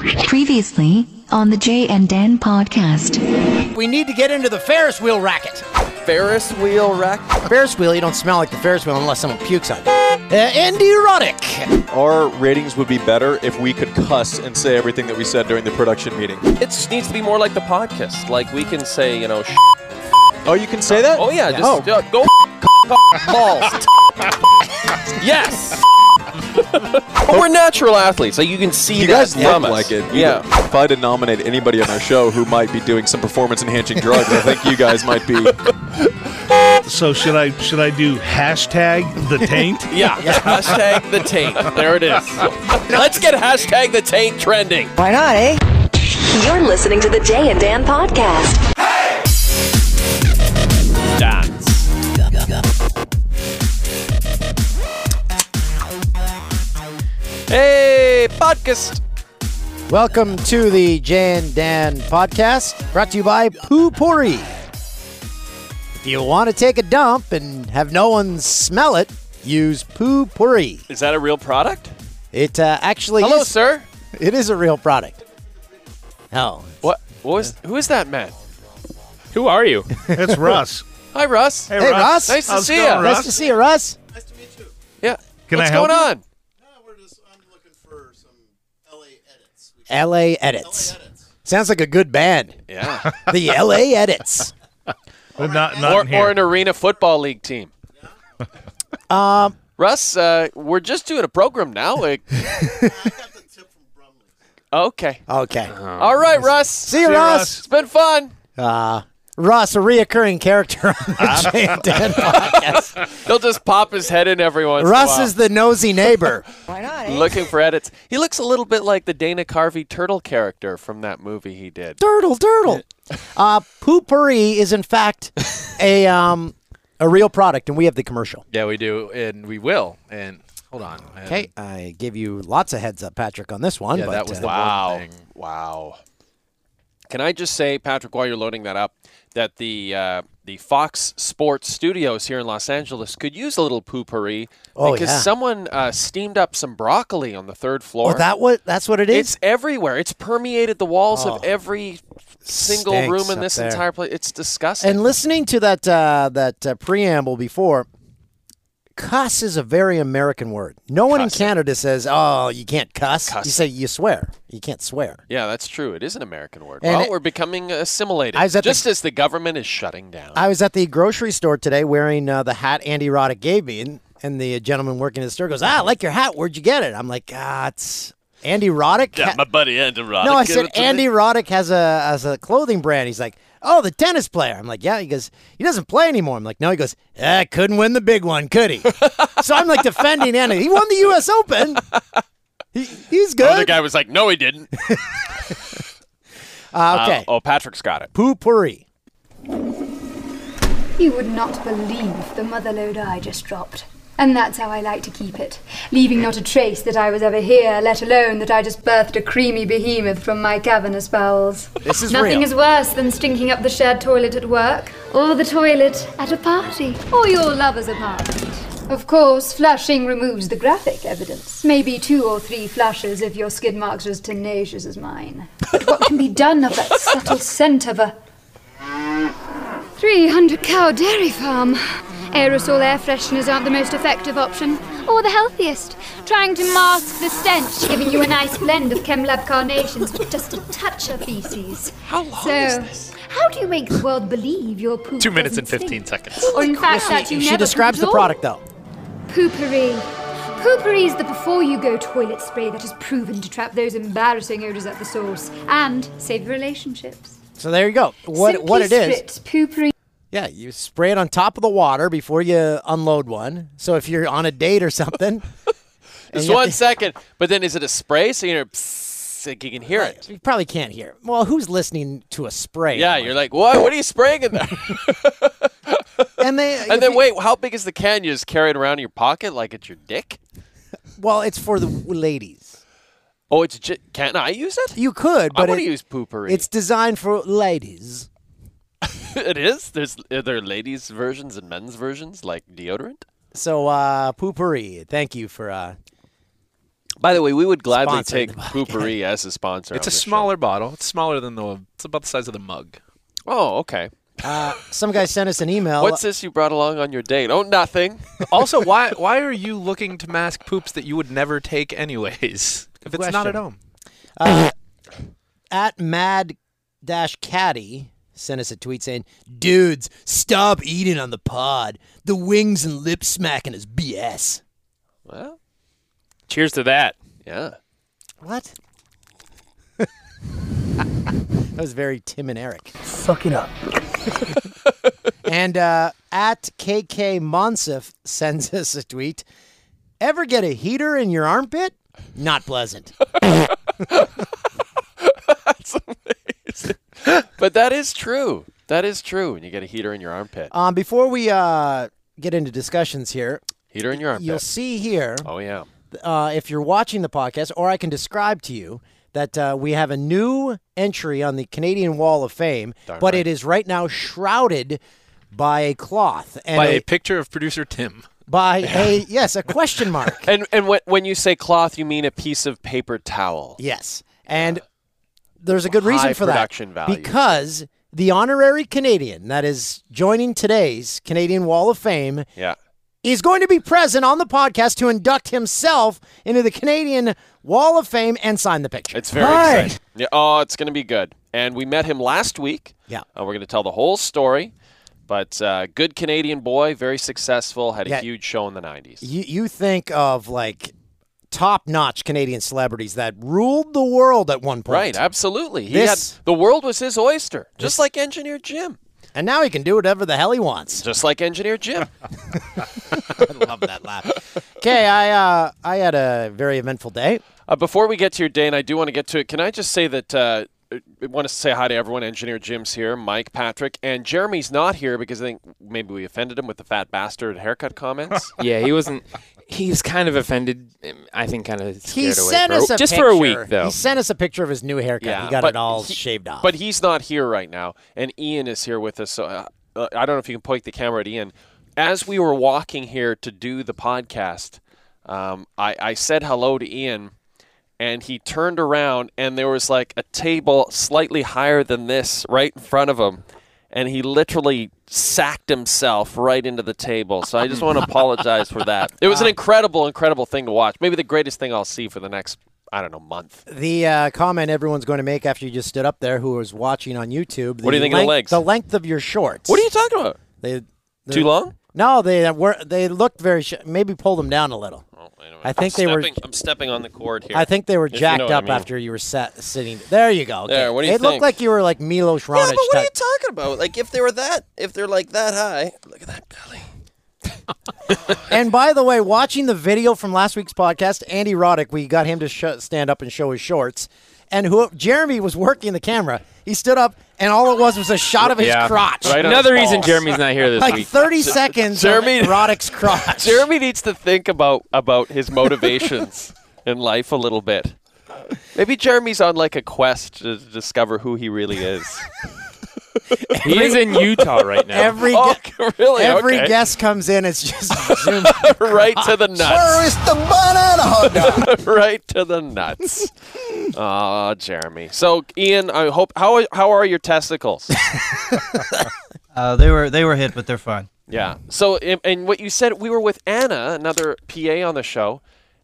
Previously on the Jay and Dan podcast. We need to get into the Ferris wheel racket. Ferris wheel wreck Ferris wheel, you don't smell like the Ferris wheel unless someone pukes on you. Uh, and erotic. Our ratings would be better if we could cuss and say everything that we said during the production meeting. it just needs to be more like the podcast like we can say you know sh- Oh, you can say that? oh yeah just Oh. yeah, go f- balls yes but we're natural athletes like you can see You that guys from look us. like it. You- yeah If I did nominate anybody on our show who might be doing some performance enhancing drugs, I think you guys might be. So should I should I do hashtag the taint? yeah hashtag the taint there it is let's get hashtag the taint trending Why not, eh? You're listening to the Jay and Dan podcast. dance hey podcast Welcome to the Jan Dan podcast, brought to you by Poo Pourri. If you want to take a dump and have no one smell it, use Poo Pourri. is that a real product It uh, actually hello is, sir it is a real product. Oh, What? What was? Who is that man? Who are you? It's Russ. Hi, Russ. Hey, Russ. Nice to How's it see going, ya. Russ? nice to see you, Russ. Yeah. Can What's I help going you? on? LA Edits. Sounds like a good band. Yeah. The LA Edits. But not not in or, here. or an arena football league team. Um, Russ, uh, we're just doing a program now. Like. okay. okay. All right, Russ. See you, Russ. It's been fun. Uh, Russ, a reoccurring character on Uh-huh. the Jay and Dan podcast. He'll just pop his head in every once. in a Russ while. is the nosy neighbor. Why not, eh? looking for edits. He looks a little bit like the Dana Carvey turtle character from that movie he did. dirtle, dirtle. Uh, poopery is in fact a um, a real product, and we have the commercial. Yeah, we do, and we will. And hold on. and- Okay, I gave you lots of heads up, Patrick, on this one. Yeah, but, that was uh, the Wow. one thing. Wow. Can I just say, Patrick, while you're loading that up, that the uh, the Fox Sports studios here in Los Angeles could use a little poopery Oh, because yeah. someone uh, steamed up some broccoli on the third floor. Oh, that what that's what it is. Oh. it's everywhere. It's permeated the walls of every single Stinks room in up this there. entire place. It's disgusting. and listening to that uh, that uh, preamble before, cuss is a very American word. No one in Canada says, "Oh, you can't cuss." You say you swear. You can't swear. yeah, that's true. It is an American word. And well, it- we're becoming assimilated, I was at the- just as the government is shutting down. I was at the grocery store today wearing uh, the hat Andy Roddick gave me, and, and the gentleman working at the store goes, "Ah, I like your hat. Where'd you get it?" I'm like, "Ah, it's Andy Roddick." ha- buddy Andy Roddick. no, I said Andy Roddick has a has a clothing brand. He's like, "Oh, the tennis player." I'm like, "Yeah." He goes, "He doesn't play anymore." I'm like, "No." He goes, "Ah, couldn't win the big one, could he?" so I'm like defending Andy. He won the U.S. Open. Uh, He, he's The good. other guy was like, "No, he didn't." Uh, okay. oh, Patrick's got it. Poo pourri. You would not believe the mother load I just dropped. And that's how I like to keep it, leaving not a trace that I was ever here, let alone that I just birthed a creamy behemoth from my cavernous bowels. This is Nothing real. is worse than stinking up the shared toilet at work, or the toilet at a party, or your lover's apartment. Of course, flushing removes the graphic evidence. Maybe two or three flushes if your skid marks are as tenacious as mine. But what can be done of that subtle scent of a 300 cow dairy farm. Aerosol air fresheners aren't the most effective option, or the healthiest. Trying to mask the stench, giving you a nice blend of ChemLab carnations with just a touch of feces. How long so, is this? How do you make the world believe your poop? Two minutes and doesn't stink? 15 seconds. Or in fact, that you She never describes the pooped at all? product though. Poopery. Poopery is the before you go toilet spray that is proven to trap those embarrassing odors at the source and save relationships. So there you go. What Simply what it is? spritz Poopery Yeah, you spray it on top of the water before you unload one. So if you're on a date or something, Just you have one to- second. But then, is it a spray? So you're psst, like you can hear it. you probably can't hear. Well, who's listening to a spray? Yeah, you're like, what? What are you spraying in there? and they and then wait, how big is the can you just carry it around in your pocket like it's your dick? Well, it's for the w- ladies. Oh, it's j- can I use it? You could, I but want it- to use poopery. It's designed for ladies. it is. There's are there ladies versions and men's versions like deodorant. So uh poopery. Thank you for uh By the way, we would gladly Sponsoring take the Poopery as a sponsor. It's on a this show. smaller bottle. It's smaller than the. It's about the size of the mug. Oh, okay. uh, Some guy sent us an email. What's this you brought along on your date? Oh, nothing. Also, why why are you looking to mask poops that you would never take anyways? If it's not question. Uh, at home. at mad dash caddy sent us a tweet saying, "Dudes, stop eating on the pod. The wings and lip smacking is BS." Well, Cheers to that. yeah. What? that was very Tim and Eric. Suck it up. and uh, at KK Monsif sends us a tweet. Ever get a heater in your armpit? Not pleasant. But that is true. That is true. And you get a heater in your armpit. um, before we uh, get into discussions here, Heater in your you'll armpit. see here. Oh, yeah. uh, if you're watching the podcast, or I can describe to you that uh, we have a new entry on the Canadian Wall of Fame, but it is right now shrouded by a cloth and By a- a picture of producer Tim. by a yes, a question mark. And and when, when you say cloth, you mean a piece of paper towel. Yes, and there's a good reason High for that production value. because the honorary Canadian that is joining today's Canadian Wall of Fame Yeah. is going to be present on the podcast to induct himself into the Canadian Wall of Fame and sign the picture. It's very exciting. Yeah. Oh, it's going to be good. And we met him last week. Yeah. Uh, we're going to tell the whole story. But uh, good Canadian boy, very successful, had a Yeah. huge show in the 90s. you you think of like top notch Canadian celebrities that ruled the world at one point. Right, absolutely. He This- had the world was his oyster, just like Engineer Jim. And now he can do whatever the hell he wants. Just like Engineer Jim. Love that laugh. Okay, I uh, I had a very eventful day. Uh, before we get to your day, and I do want to get to it, can I just say that uh, I want to say hi to everyone. Engineer Jim's here, Mike, Patrick, and Jeremy's not here because I think maybe we offended him with the fat bastard haircut comments. Yeah, he wasn't. He was kind of offended. um, I think kind of scared He away sent for, us a just picture. for a week though. He sent us a picture of his new haircut. he got but it all he- shaved off. But he's not here right now, and Ian is here with us. So uh, uh, I don't know if you can point the camera at Ian. As we were walking here to do the podcast, um, I, I said hello to Ian, and he turned around, and there was like a table slightly higher than this right in front of him. And he literally sacked himself right into the table. So I just want to apologize for that. It Uh, was an incredible, incredible thing to watch. Maybe the greatest thing I'll see for the next, I don't know, month. the uh, comment everyone's going to make after you just stood up there, who was watching on YouTube. What do you think of the legs? length- The length of your shorts. What are you talking about? They, they're- Too long? No, they were. They looked very. Sh- maybe pull them down a little. Oh, I think they were. I'm stepping on the cord here. I think they were you jacked know what I up mean. after you were sat, sitting. There you go. Okay. There, what do you it looked think? like you were like Milos Raonic. Yeah, but what are you type. talking about? Like if they were that, if they're like that high, look at that belly. and by the way, watching the video from last week's podcast, Andy Roddick, we got him to sh- stand up and show his shorts. And who Jeremy was working the camera. He stood up, and all it was was a shot of his Yeah. crotch. Right on Another his reason balls. Jeremy's not here this Like week. 30 seconds Jeremy- of Roddick's crotch. Jeremy needs to think about about his motivations in life a little bit. Maybe Jeremy's on like a quest to discover who he really is. he is in Utah right now. Every, gu- oh, really? every okay. guest comes in, it's just zoomed. right to the nuts. is the banana hot dog? right to the nuts. Oh, Jeremy. So, Ian, I hope how are- how are your testicles? Uh, they were they were hit, but they're fine. Yeah. So, and, and what you said, we were with Anna, another PA on the show,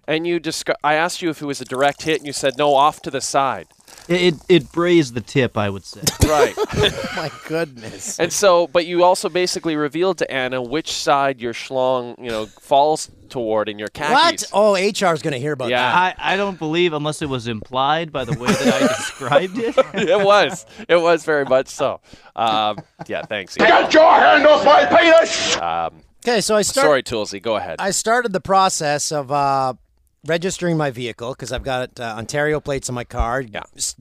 and you discu- I asked you if it was a direct hit, and you said no, off to the side. It it, it braised the tip, I would say. Right. Oh My goodness. and so, but you also basically revealed to Anna which side your schlong, you know, falls toward in your What? khakis. Oh, HR's going to hear about Yeah. I, I don't believe unless it was implied by the way that I described it. it was. It was very much so. Um, yeah. Thanks. Ian. that. Okay, so I started. Sorry, Toolsy. Go ahead. I started the process of uh, registering my vehicle because I've got uh, Ontario plates on my car. Yeah. S-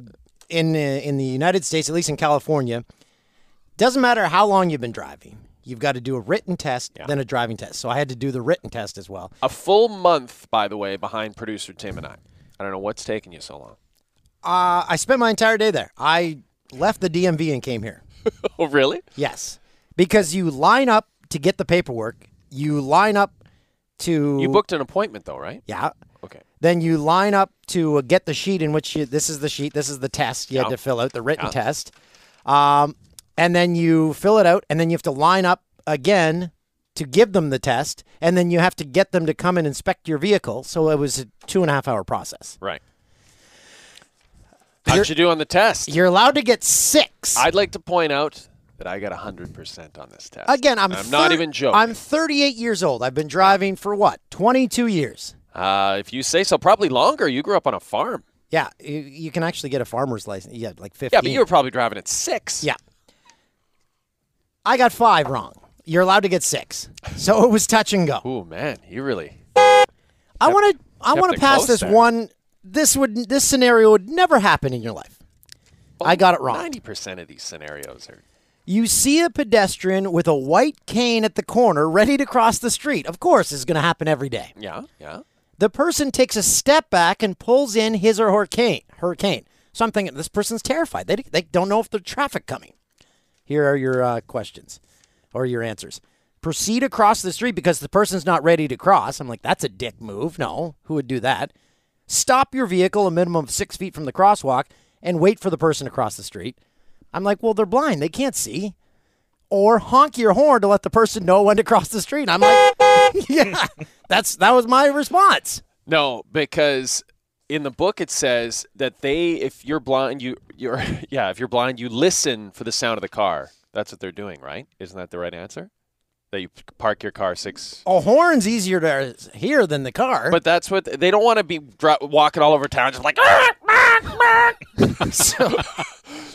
In uh, in the United States, at least in California, doesn't matter how long you've been driving. You've got to do a written test, then a driving test. So I had to do the written test as well. a full month, by the way, behind producer Tim and I. I don't know what's taking you so long. Uh, I spent my entire day there. I left the DMV and came here. Oh, really? Yes, because you line up to get the paperwork. You line up to You booked an appointment though, right? Yeah. Okay. Then you line up to uh, get the sheet in which you, this is the sheet, this is the test you had to fill out, the written test. Um, and then you fill it out, and then you have to line up again to give them the test, and then you have to get them to come and inspect your vehicle. So it was a two and a half hour process. Right. How'd you do on the test? You're allowed to get six. I'd like to point out that I got 100% on this test. Again, I'm And not thir- even joking. I'm 38 years old. I've been driving for what? 22 years. Uh, if you say so, probably longer. You grew up on a farm. Yeah, you, you can actually get a farmer's license. Yeah, like 15. Yeah, but you were probably driving at six. Yeah. I got five wrong. You're allowed to get six. So it was touch and go. Ooh, man, you really. I want to I kept want it to pass close this there. one. This would this scenario would never happen in your life. Oh, I got it wrong. 90% of these scenarios are. You see a pedestrian with a white cane at the corner ready to cross the street. Of course, this is going to happen every day. Yeah, yeah. The person takes a step back and pulls in his or her cane. Her cane. So I'm thinking this person's terrified. They, they don't know if there's traffic coming. Here are your uh, questions or your answers. Proceed across the street because the person's not ready to cross. I'm like, that's a dick move. No, who would do that? Stop your vehicle a minimum of six feet from the crosswalk and wait for the person to cross the street. I'm like, well, they're blind. They can't see. Or honk your horn to let the person know when to cross the street. I'm like, yeah, that's that was my response. No, because in the book it says that they, if you're blind, you, you're, yeah, if you're blind, you listen for the sound of the car. That's what they're doing, right? Isn't that the right answer? That you park your car six. A horn's easier to hear than the car. But that's what they don't want to be dri- walking all over town, just like. "Ah, ah, ah." So-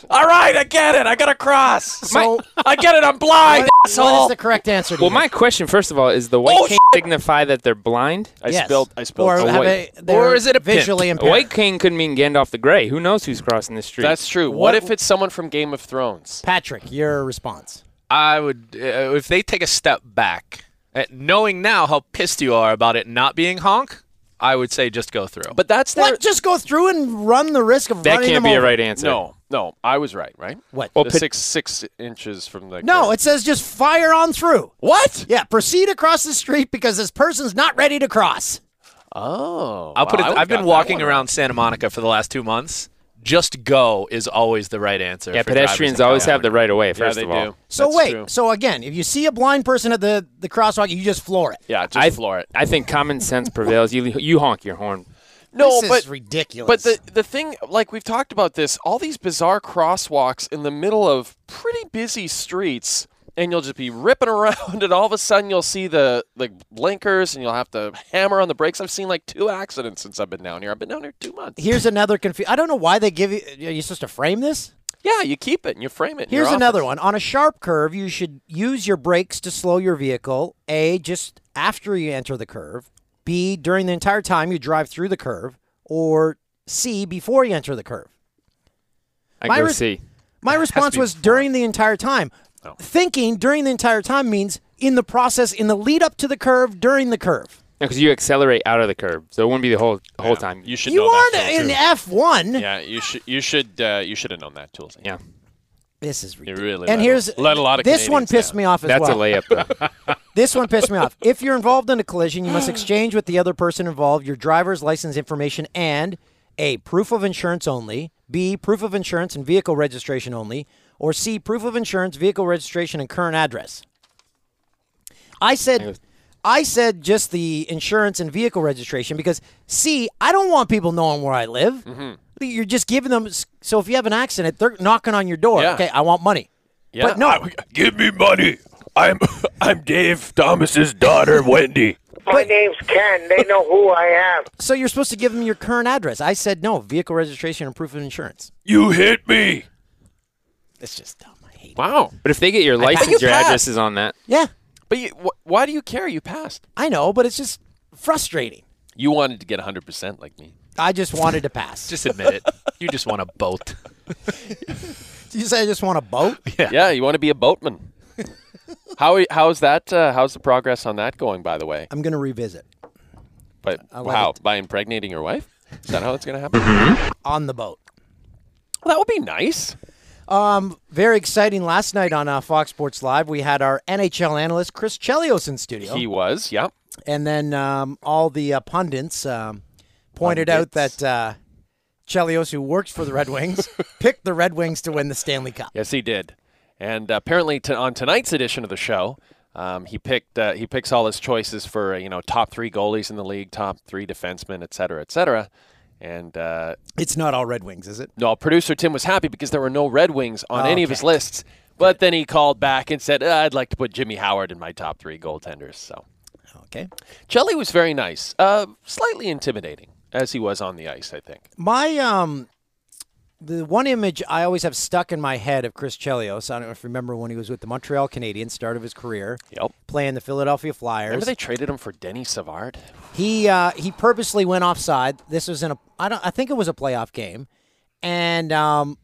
all right, I get it. I gotta cross. So- I get it. I'm blind. what is asshole. the correct answer? To Well, you? my question, first of all, is the white Oh, cane signify that they're blind? I Yes. spilled. I spilled. Or, some have weight. a, they're Or is it a pimp? visually A impaired? white cane could mean Gandalf the Grey. Who knows who's crossing the street? That's true. What, if it's someone from Game of Thrones? Patrick, your response. I would uh, if they take a step back, uh, knowing now how pissed you are about it not being honk. I would say just go through. But that's their. What? Just go through and run the risk of that running them can't be a over. right answer. No, no, I was right. Right. What? the pit- six six inches from the. No, curb. it says just fire on through. what? Yeah, proceed across the street because this person's not ready to cross. Oh, I'll put wow, I it. would've I've got been that walking one around Santa Monica for the last two months. Just go is always the right answer. Yeah, for drivers pedestrians in always have California. the right of way, Yeah, first they of all. do. So That's wait, true. so again, if you see a blind person at the the crosswalk, you just floor it. Yeah, just I floor it. I think common sense prevails. You you honk your horn. No, this is but ridiculous. But the the thing, like we've talked about this, all these bizarre crosswalks in the middle of pretty busy streets, and you'll just be ripping around, and all of a sudden you'll see the the blinkers, and you'll have to hammer on the brakes. I've seen like two accidents since I've been down here. I've been down here two months. here's another confu- I don't know why they give you. Are you supposed to frame this? yeah, you keep it and you frame it. in your Here's office. another one. On a sharp curve, you should use your brakes to slow your vehicle. A, just after you enter the curve. B, during the entire time you drive through the curve. Or C, before you enter the curve. I My go res- see. My response was during the entire time. Oh. Thinking during the entire time means in the process, in the lead up to the curve, during the curve. Because you accelerate out of the curb, so it wouldn't be the whole whole time. You should you know aren't that. in too. F1. yeah, you should you should uh, you should have known that too. yeah, This is ridiculous. really let and here's a- let a lot of this one Canadians pissed down. me off as that's well. a layup. Though. This one pissed me off. If you're involved in a collision, you must exchange with the other person involved your driver's license information and A, proof of insurance only, B, proof of insurance and vehicle registration only, or C, proof of insurance, vehicle registration, and current address. I said I said just the insurance and vehicle registration because C, I don't want people knowing where I live. Mm-hmm. You're just giving them so if you have an accident, they're knocking on your door. Yeah. Okay, I want money. Yeah. But no, Give me money. I'm I'm Dave Thomas's daughter, Wendy. My name's Ken. They know who I am. So you're supposed to give them your current address. I said no, vehicle registration and proof of insurance. You hit me. It's just dumb. I hate it. Wow, but if they get your you license, your passed. address is on that. Yeah, but you, wh- why do you care? You passed. I know, but it's just frustrating. You wanted to get 100 percent like me. I just wanted to pass. Just admit it. You just want a boat. you say I just want a boat? Yeah, you want to be a boatman. how are- how's that? Uh, how's the progress on that going? By the way, I'm gonna revisit but Uh, love how it. by impregnating your wife? Is that how it's going to happen? on the boat. Well, that would be nice. Um, Very exciting. Last night on uh, Fox Sports Live, we had our NHL analyst Chris Chelios in studio, He was, yeah. and then um, all the uh, pundits. Um, pointed out that uh, Chelios, who works for the Red Wings, picked the Red Wings to win the Stanley Cup. Yes, he did. And uh, apparently, to, on tonight's edition of the show, um, he picked uh, he picks all his choices for uh, you know top three goalies in the league, top three defensemen, et cetera, et cetera. And uh, it's not all Red Wings, is it? No, producer Tim was happy because there were no Red Wings on any of his lists. But then he called back and said, "Uh, "I'd like to put Jimmy Howard in my top three goaltenders." So, okay, Chelly was very nice, uh, slightly intimidating as he was on the ice. I think. My um, the one image I always have stuck in my head of Chris Chelios. I don't know if you remember when he was with the Montreal Canadiens, start of his career. Yep. Playing the Philadelphia Flyers. Remember they traded him for Denny Savard? He uh, he purposely went offside. This was in a I don't I think it was a playoff game, and um,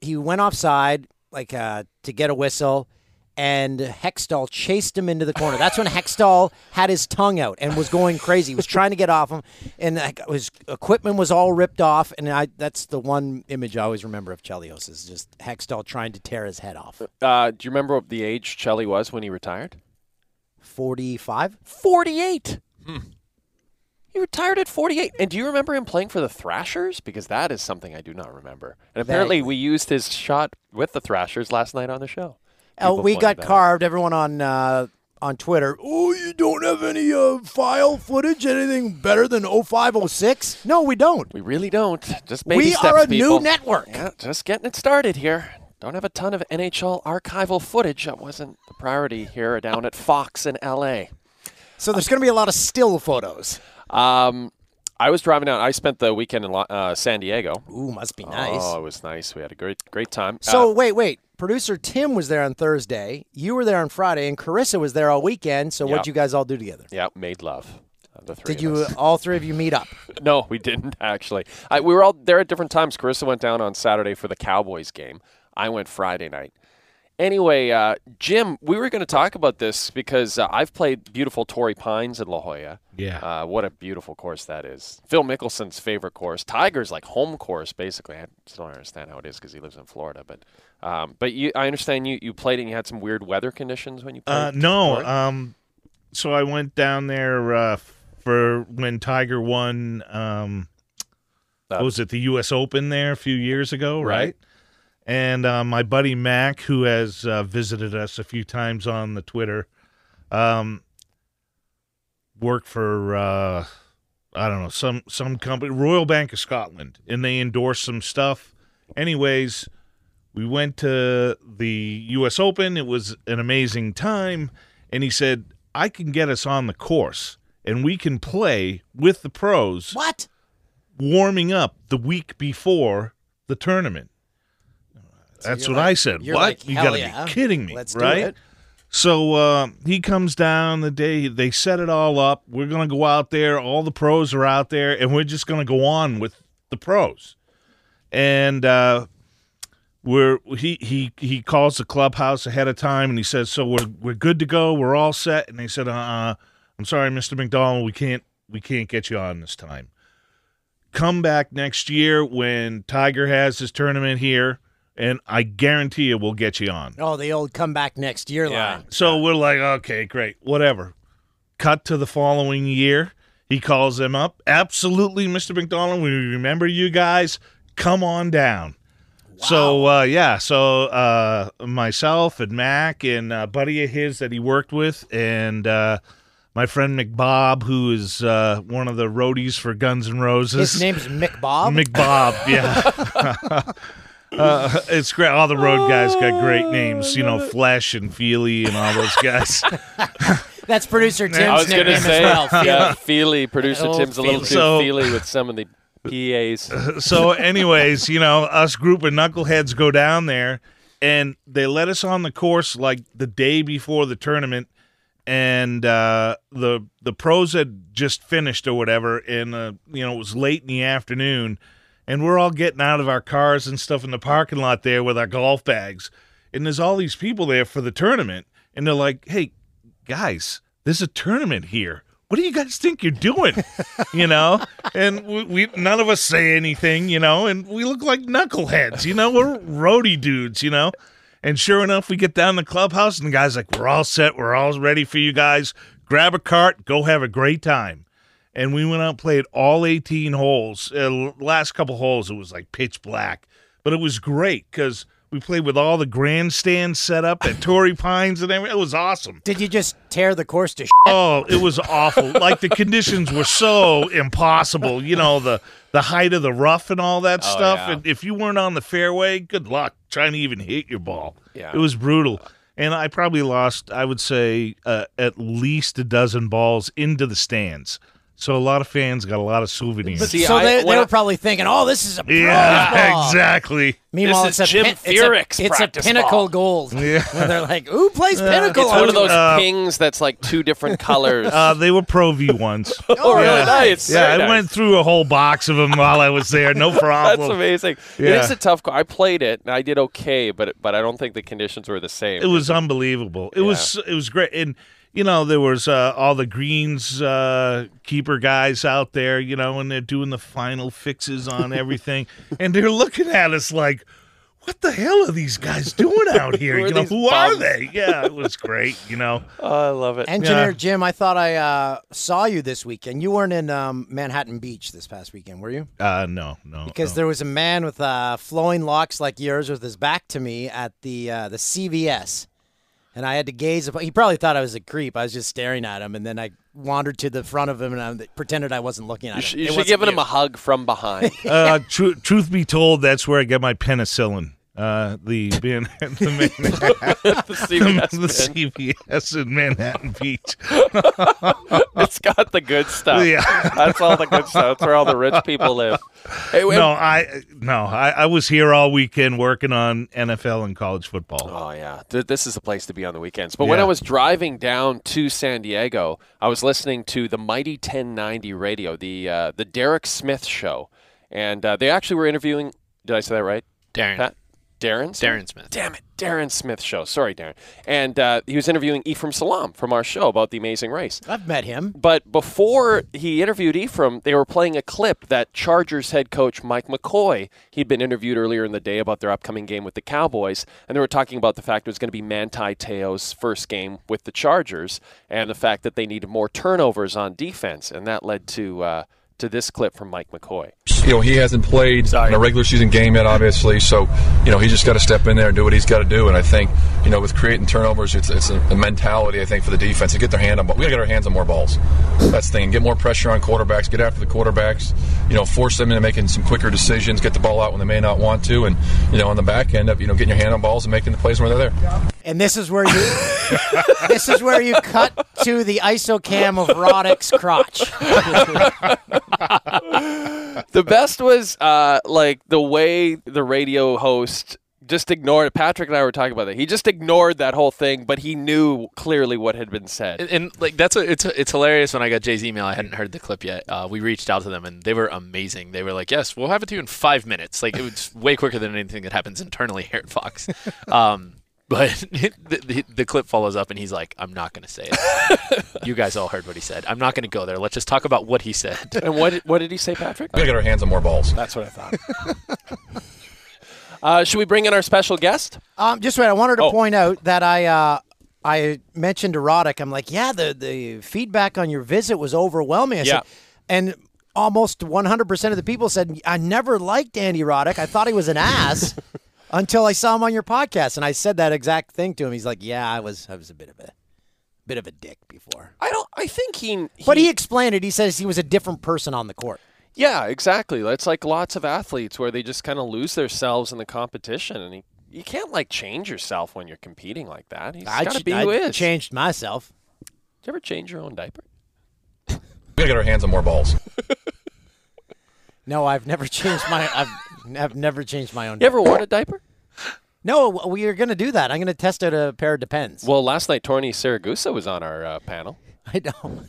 he went offside like uh, to get a whistle, and Hextall chased him into the corner. That's when Hextall had his tongue out and was going crazy. He was trying to get off him, and like, his equipment was all ripped off. And I that's the one image I always remember of Chelios is just Hextall trying to tear his head off. Uh, do you remember what the age Chelly was when he retired? Forty five. 48. He retired at 48. And do you remember him playing for the Thrashers? Because that is something I do not remember. And apparently, we used his shot with the Thrashers last night on the show. Oh, People we pointed got that out. carved. Everyone on uh, on Twitter. Oh, you don't have any uh, file footage, anything better than 0506? No, we don't. We really don't. Just baby we steps, are a people. new network. Yeah, just getting it started here. Don't have a ton of NHL archival footage. That wasn't the priority here down at Fox in LA. So there's going to be a lot of still photos. Um, I was driving out. I spent the weekend in Lo- uh, San Diego. Ooh, must be nice. Oh, it was nice. We had a great, great time. So Uh, wait, wait. Producer Tim was there on Thursday. You were there on Friday, and Carissa was there all weekend. So Yeah. what'd you guys all do together? yeah, made love. Uh, The three Did of you us. all three of you meet up? No, we didn't actually. I, we were all there at different times. Carissa went down on Saturday for the Cowboys game. I went Friday night. Anyway, uh, Jim, we were going to talk about this because uh, I've played beautiful Torrey Pines in La Jolla. Yeah. Uh, what a beautiful course that is. Phil Mickelson's favorite course. Tiger's like home course, basically. I still don't understand how it is because he lives in Florida. But um, but you, I understand you, you played and you had some weird weather conditions when you played. Uh, no, Torrey? um, so I went down there uh, for when Tiger won. Um, what was it the U.S. Open there a few years ago, right? Right. And uh, my buddy Mac, who has uh, visited us a few times on the Twitter, um, worked for uh, I don't know some some company, Royal Bank of Scotland, and they endorsed some stuff. Anyways, we went to the U.S. Open. It was an amazing time, and he said, "I can get us on the course, and we can play with the pros." What? warming up the week before the tournament. That's you're what I like- said. you're What? like, you "Hell gotta yeah. be kidding me, Let's do right? it. So uh, he comes down the day they set it all up. We're gonna go out there. All the pros are out there, and we're just gonna go on with the pros. And uh, we're he he he calls the clubhouse ahead of time, and he says, "So we're we're good to go. We're all set." And they said, "Uh, I'm sorry, Mr. McDonald, we can't we can't get you on this time." come back next year when Tiger has his tournament here, and I guarantee you we'll get you on. Oh, the old come back next year line. So we're like, okay, great, whatever. Cut to the following year. He calls them up. Absolutely, Mr. McDonald, we remember you guys. Come on down. So uh, yeah, so uh, myself and Mac and a buddy of his that he worked with, and uh, my friend McBob, who is uh, one of the roadies for Guns N' Roses. His name's Mick Bob. McBob, yeah. Uh, it's great. All the road guys got great names, you know, Flesh and Feely and all those guys. That's producer Tim's I was going nickname to say, as well. yeah, Feely. Producer Old Tim's a little Feely. too So- Feely with some of the PAs. so, anyways, you know, us group of knuckleheads go down there, and they let us on the course like the day before the tournament, and uh, the the pros had just finished or whatever, and uh, you know it was late in the afternoon, and we're all getting out of our cars and stuff in the parking lot there with our golf bags, and there's all these people there for the tournament, and they're like, hey, guys, there's a tournament here. What do you guys think you're doing? You know, and we, we none of us say anything. You know, and we look like knuckleheads. You know, we're roadie dudes. You know, and sure enough, we get down to the clubhouse, and the guy's like, "We're all set. We're all ready for you guys. Grab a cart. Go have a great time." and we went out and played all 18 holes. Uh, last couple holes, it was like pitch black, but it was great because we played with all the grandstands set up at Torrey Pines and everything. It was awesome. Did you just tear the course to Oh, it was awful. like the conditions were so impossible. You know the the height of the rough and all that Oh, stuff. yeah. And if you weren't on the fairway, good luck trying to even hit your ball. Yeah. it was brutal. And I probably lost, I would say, uh, at least a dozen balls into the stands. So a lot of fans got a lot of souvenirs. But so they, they were probably thinking, "Oh, this is a pros yeah, ball." exactly. Meanwhile, it's a pin- it's a- It's a, pinnacle gold. Yeah. Where they're like, "Ooh, plays Uh, pinnacle." It's one of those Uh, pings that's like two different colors. Uh, they were Pro V ones. Oh, really? Nice. Yeah, Very I nice. went through a whole box of them while I was there. No problem. That's amazing. It Yeah. is a tough. co- I played it and I did okay, but but I don't think the conditions were the same. It was unbelievable. It was it was great, and you know there was uh, all the greens uh, keeper guys out there, you know, and they're doing the final fixes on everything, and they're looking at us like, "What the hell are these guys doing out here? Who are you know, these who are bums?" they?" Yeah, it was great. You know, oh, I love it. Engineer Jim, I thought I uh, saw you this weekend. You weren't in um, Manhattan Beach this past weekend, were you? Uh, no, no, Because there was a man with uh, flowing locks like yours with his back to me at the uh, the CVS, and I had to gaze. Upon, he probably thought I was a creep. I was just staring at him, and then I wandered to the front of him and I pretended I wasn't looking at You, him. sh- you It should wasn't give you. him a hug from behind. uh, tru- truth be told, that's where I got my penicillin. Uh, the man, the Manhattan, The CVS the man. CVS in Manhattan Beach. it's got the good stuff. Yeah. that's all the good stuff. That's where all the rich people live. Hey, wait- no, I no, I, I was here all weekend working on NFL and college football. Oh yeah, Th- this is the place to be on the weekends. But when Yeah. I was driving down to San Diego, I was listening to the Mighty 1090 radio, the uh, the Derek Smith show, and uh, they actually were interviewing. Did I say that right? Darren. Pat? Darren. Darren Smith. Damn it, Darren Smith show. Sorry, Darren. And uh, he was interviewing Ephraim Salam from our show about the Amazing Race. I've met him. But before he interviewed Ephraim, they were playing a clip that Chargers head coach Mike McCoy, he'd been interviewed earlier in the day about their upcoming game with the Cowboys, and they were talking about the fact it was going to be Manti Te'o's first game with the Chargers and the fact that they needed more turnovers on defense, and that led to uh, to this clip from Mike McCoy. you know, he hasn't played in a regular season game yet, obviously. So, you know, he's just got to step in there and do what he's got to do. And I think, you know, with creating turnovers, it's, it's a mentality, I think, for the defense to get their hand on. We got to get our hands on more balls. That's the thing. Get more pressure on quarterbacks. Get after the quarterbacks. You know, force them into making some quicker decisions. Get the ball out when they may not want to. And you know, on the back end of you know, getting your hand on balls and making the plays when they're there. And this is where you this is where you cut to the isocam of Roddick's crotch. the best was uh, like the way the radio host just ignored Patrick and I were talking about that. He just ignored that whole thing, but he knew clearly what had been said. And, and, like that's a, it's it's hilarious when I got Jay's email. I hadn't heard the clip yet. Uh, we reached out to them and they were amazing. They were like, "Yes, we'll have it to you in five minutes." Like it was way quicker than anything that happens internally here at Fox. Um, but the, the, the clip follows up and he's like, "I'm not going to say it. you guys all heard what he said. I'm not going to go there. Let's just talk about what he said." And what what did he say, Patrick? We got to get our hands on more balls. That's what I thought. uh, should we bring in our special guest? Um, just wait. I wanted to Oh. point out that I uh, I mentioned to Roddick. I'm like, yeah, the the feedback on your visit was overwhelming. I said- Yeah. and almost 100 percent of the people said I never liked Andy Roddick. I thought he was an ass until I saw him on your podcast, and I said that exact thing to him. He's like, yeah, I was I was a bit of a bit of a dick before. I don't. I think he. But he explained it. He says he was a different person on the court. Yeah, exactly. That's like lots of athletes where they just kind of lose themselves in the competition, and he, you can't like change yourself when you're competing like that. He's I got to ch- be I who is. changed myself. Did you ever change your own diaper? We got to get our hands on more balls. No, I've never changed my. I've, I've never changed my own. You ever worn a diaper? No, w- we are going to do that. I'm going to test out a pair of Depends. Well, last night Tony Saragusa was on our uh, panel. I know.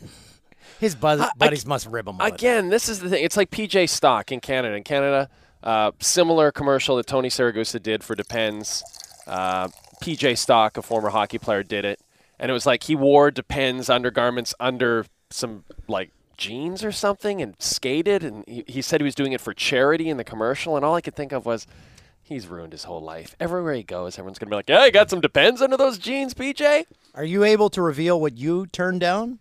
His buzz- buddies must rib him. all the time. Again, this is the thing. It's like PJ Stock in Canada. In Canada, uh, similar commercial that Tony Saragusa did for Depends. Uh, PJ Stock, a former hockey player, did it, and it was like he wore Depends undergarments under some like jeans or something and skated, and he, he said he was doing it for charity in the commercial, and all I could think of was. He's ruined his whole life. Everywhere he goes, everyone's gonna be like, "Yeah, you got some depends under those jeans, PJ." Are you able to reveal what you turned down?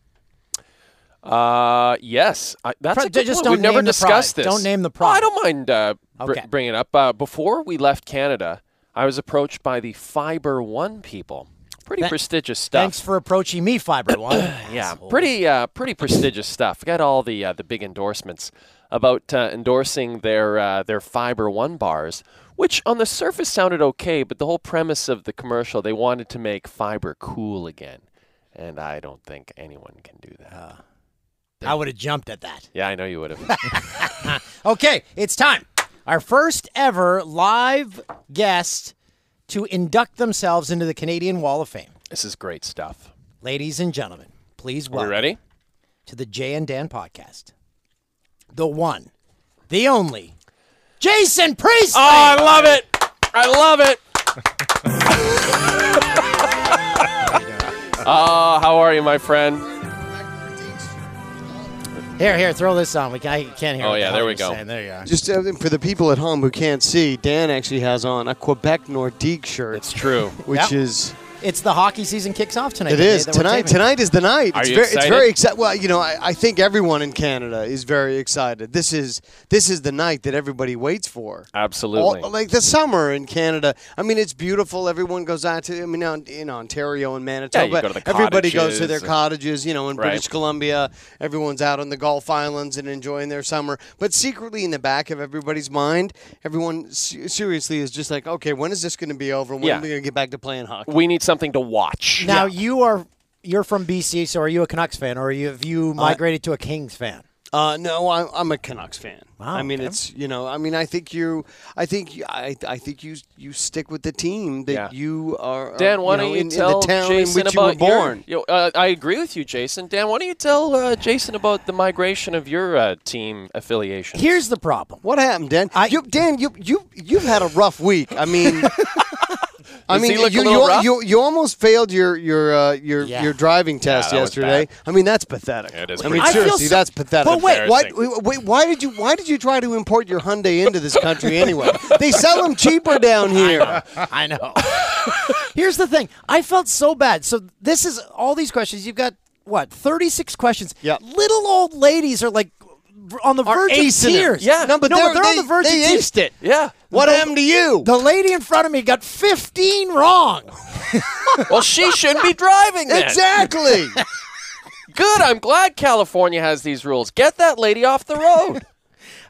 Uh, yes, I, that's Pro- a good just point. don't We've never name the discussed this. prize. Don't name the Oh, I don't mind uh, br- Okay. bringing it up. Uh, before we left Canada, I was approached by the Fiber One people. Pretty Tha- prestigious stuff. Thanks for approaching me, Fiber One. Yeah, pretty uh, pretty prestigious stuff. Got all the uh, the big endorsements about uh, endorsing their uh, their Fiber One bars, which on the surface sounded okay, but the whole premise of the commercial they wanted to make fiber cool again, and I don't think anyone can do that. Ah. I would have jumped at that. yeah, I know you would have. Okay, it's time. Our first ever live guest to induct themselves into the Canadian Wall of Fame. this is great stuff. Ladies and gentlemen, please We welcome ready? to the Jay and Dan podcast. The one, the only, Jason Priestley. Oh, I love it. I love it. Ah, how are you, my friend? Here, here, throw this on. We can, I can't hear. Oh, what the yeah, hell there we you're go. saying. There you are. Just uh, for the people at home who can't see, Dan actually has on a Quebec Nordique shirt. It's true. Which Yep. is It's the hockey season kicks off tonight. it the day is that we're tonight. taping. Tonight is the night. Are it's you very, excited? It's very excited. Well, you know, I, I think everyone in Canada is very excited. This is this is the night that everybody waits for. Absolutely. All- like the summer in Canada. I mean, it's beautiful. Everyone goes out to. I mean, now in Ontario and Manitoba, go to the everybody goes cottages to their and- cottages. You know, in Right. British Columbia, everyone's out on the Gulf Islands and enjoying their summer. But secretly, in the back of everybody's mind, everyone se- seriously is just like, okay, when is this going to be over? When Yeah. are we going to get back to playing hockey? We need something to watch. Now you are you're from BC, so are you a Canucks fan, or are you, have you migrated to a Kings fan? Uh, no, I, I'm a Canucks fan. Wow, I mean, okay. it's you know, I mean, I think you, I think you, I, I think you, you stick with the team that Yeah. uh, you are. are, Dan, why know, don't you in, in tell the town Jason in which you were about born? Your, yo, uh, I agree with you, Jason. Dan, why don't you tell uh, Jason about the migration of your uh, team affiliation? Here's the problem. What happened, Dan? you, Dan, you, you, you've had a rough week. I mean. I Does he mean, look a you, little you, rough? you you almost failed your your uh, your your driving test that was yesterday. I mean, that's pathetic. is I mean, pretty seriously, bad. that's pathetic. But wait, why, wait, why did you why did you try to import your Hyundai into this country anyway? they sell them cheaper down here. I know. Here's the thing. I felt so bad. So this is all these questions. You've got what 36 questions. Yeah. Little old ladies are like on the verge of acing it. tears. Yeah. No, but they're- they're on they- the verge they of tears. aced it. Yeah. What happened to you? The lady in front of me got 15 wrong. well, she shouldn't be driving then. Exactly. Good. I'm glad California has these rules. Get that lady off the road.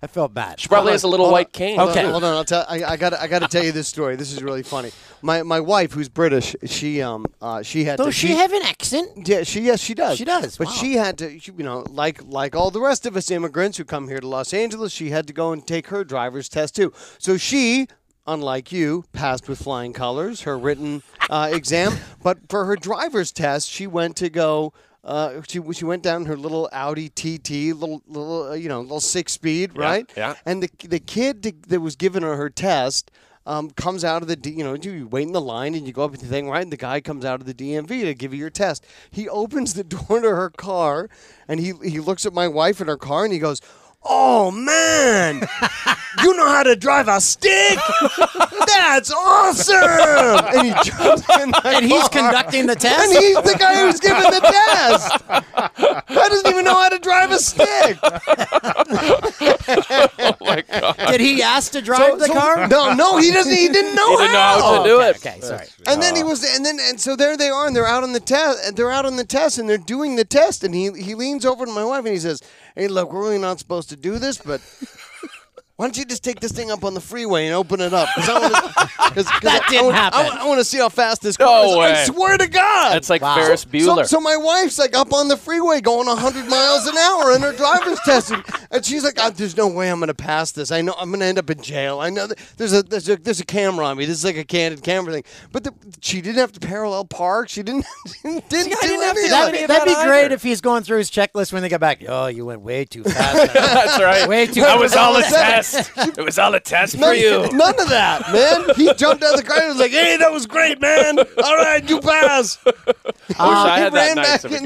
I felt bad. She probably has a little Hold on. white cane. Hold on, too. hold on. I'll tell, I, I got. I got to tell you this story. This is really funny. My my wife, who's British, she um uh, she had. Does to, she have an accent? Yeah, she yes she does. She does, But wow. she had to, she- you know, like like all the rest of us immigrants who come here to Los Angeles, she had to go and take her driver's test too. So she, unlike you, passed with flying colors her written uh, exam. But for her driver's test, she went to go. Uh, she she went down her little Audi TT, little little uh, you know little six speed, Yeah, right? yeah. And the the kid to, that was giving her her test um, comes out of the D, you know you wait in the line and you go up to the thing right, and the guy comes out of the DMV to give you your test. He opens the door to her car, and he he looks at my wife in her car, and he goes. Oh man, you know how to drive a stick? That's awesome! And he jumps in the And he's car. conducting the test? And he's the guy who's giving the test. I doesn't even know how to drive a stick. Oh, Did he ask to drive the car? No, no, he doesn't. He didn't know. He didn't know how to do it. Okay, sorry. And then he was, and then, and so there they are, and they're out on the test, and they're out on the test, and they're doing the test, and he he leans over to my wife and he says, "Hey, look, we're really not supposed to do this, but." Why don't you just take this thing up on the freeway and open it up? Because That didn't happen. I, want to see how fast this car No is. way. I swear to God. That's like Wow. Ferris Bueller. So, so my wife's like up on the freeway going 100 miles an hour in her driver's test. And, and she's like, "Ah, there's no way I'm going to pass this. I know I'm going to end up in jail. I know that there's a, there's a there's a camera on me. This is like a candid camera thing. But the, she didn't have to parallel park. She didn't, didn't, didn't do didn't have to any do of That'd it. be, any of that'd that be great either. if he's going through his checklist when they get back. Oh, you went way too fast. That's right. way too. That was all a That's right. test. It was all a test for None, you. none of that, man. He jumped out of the car and was like, "Hey, that was great, man. All right, you pass." Uh, I wish I he had that ran nice of back a guy.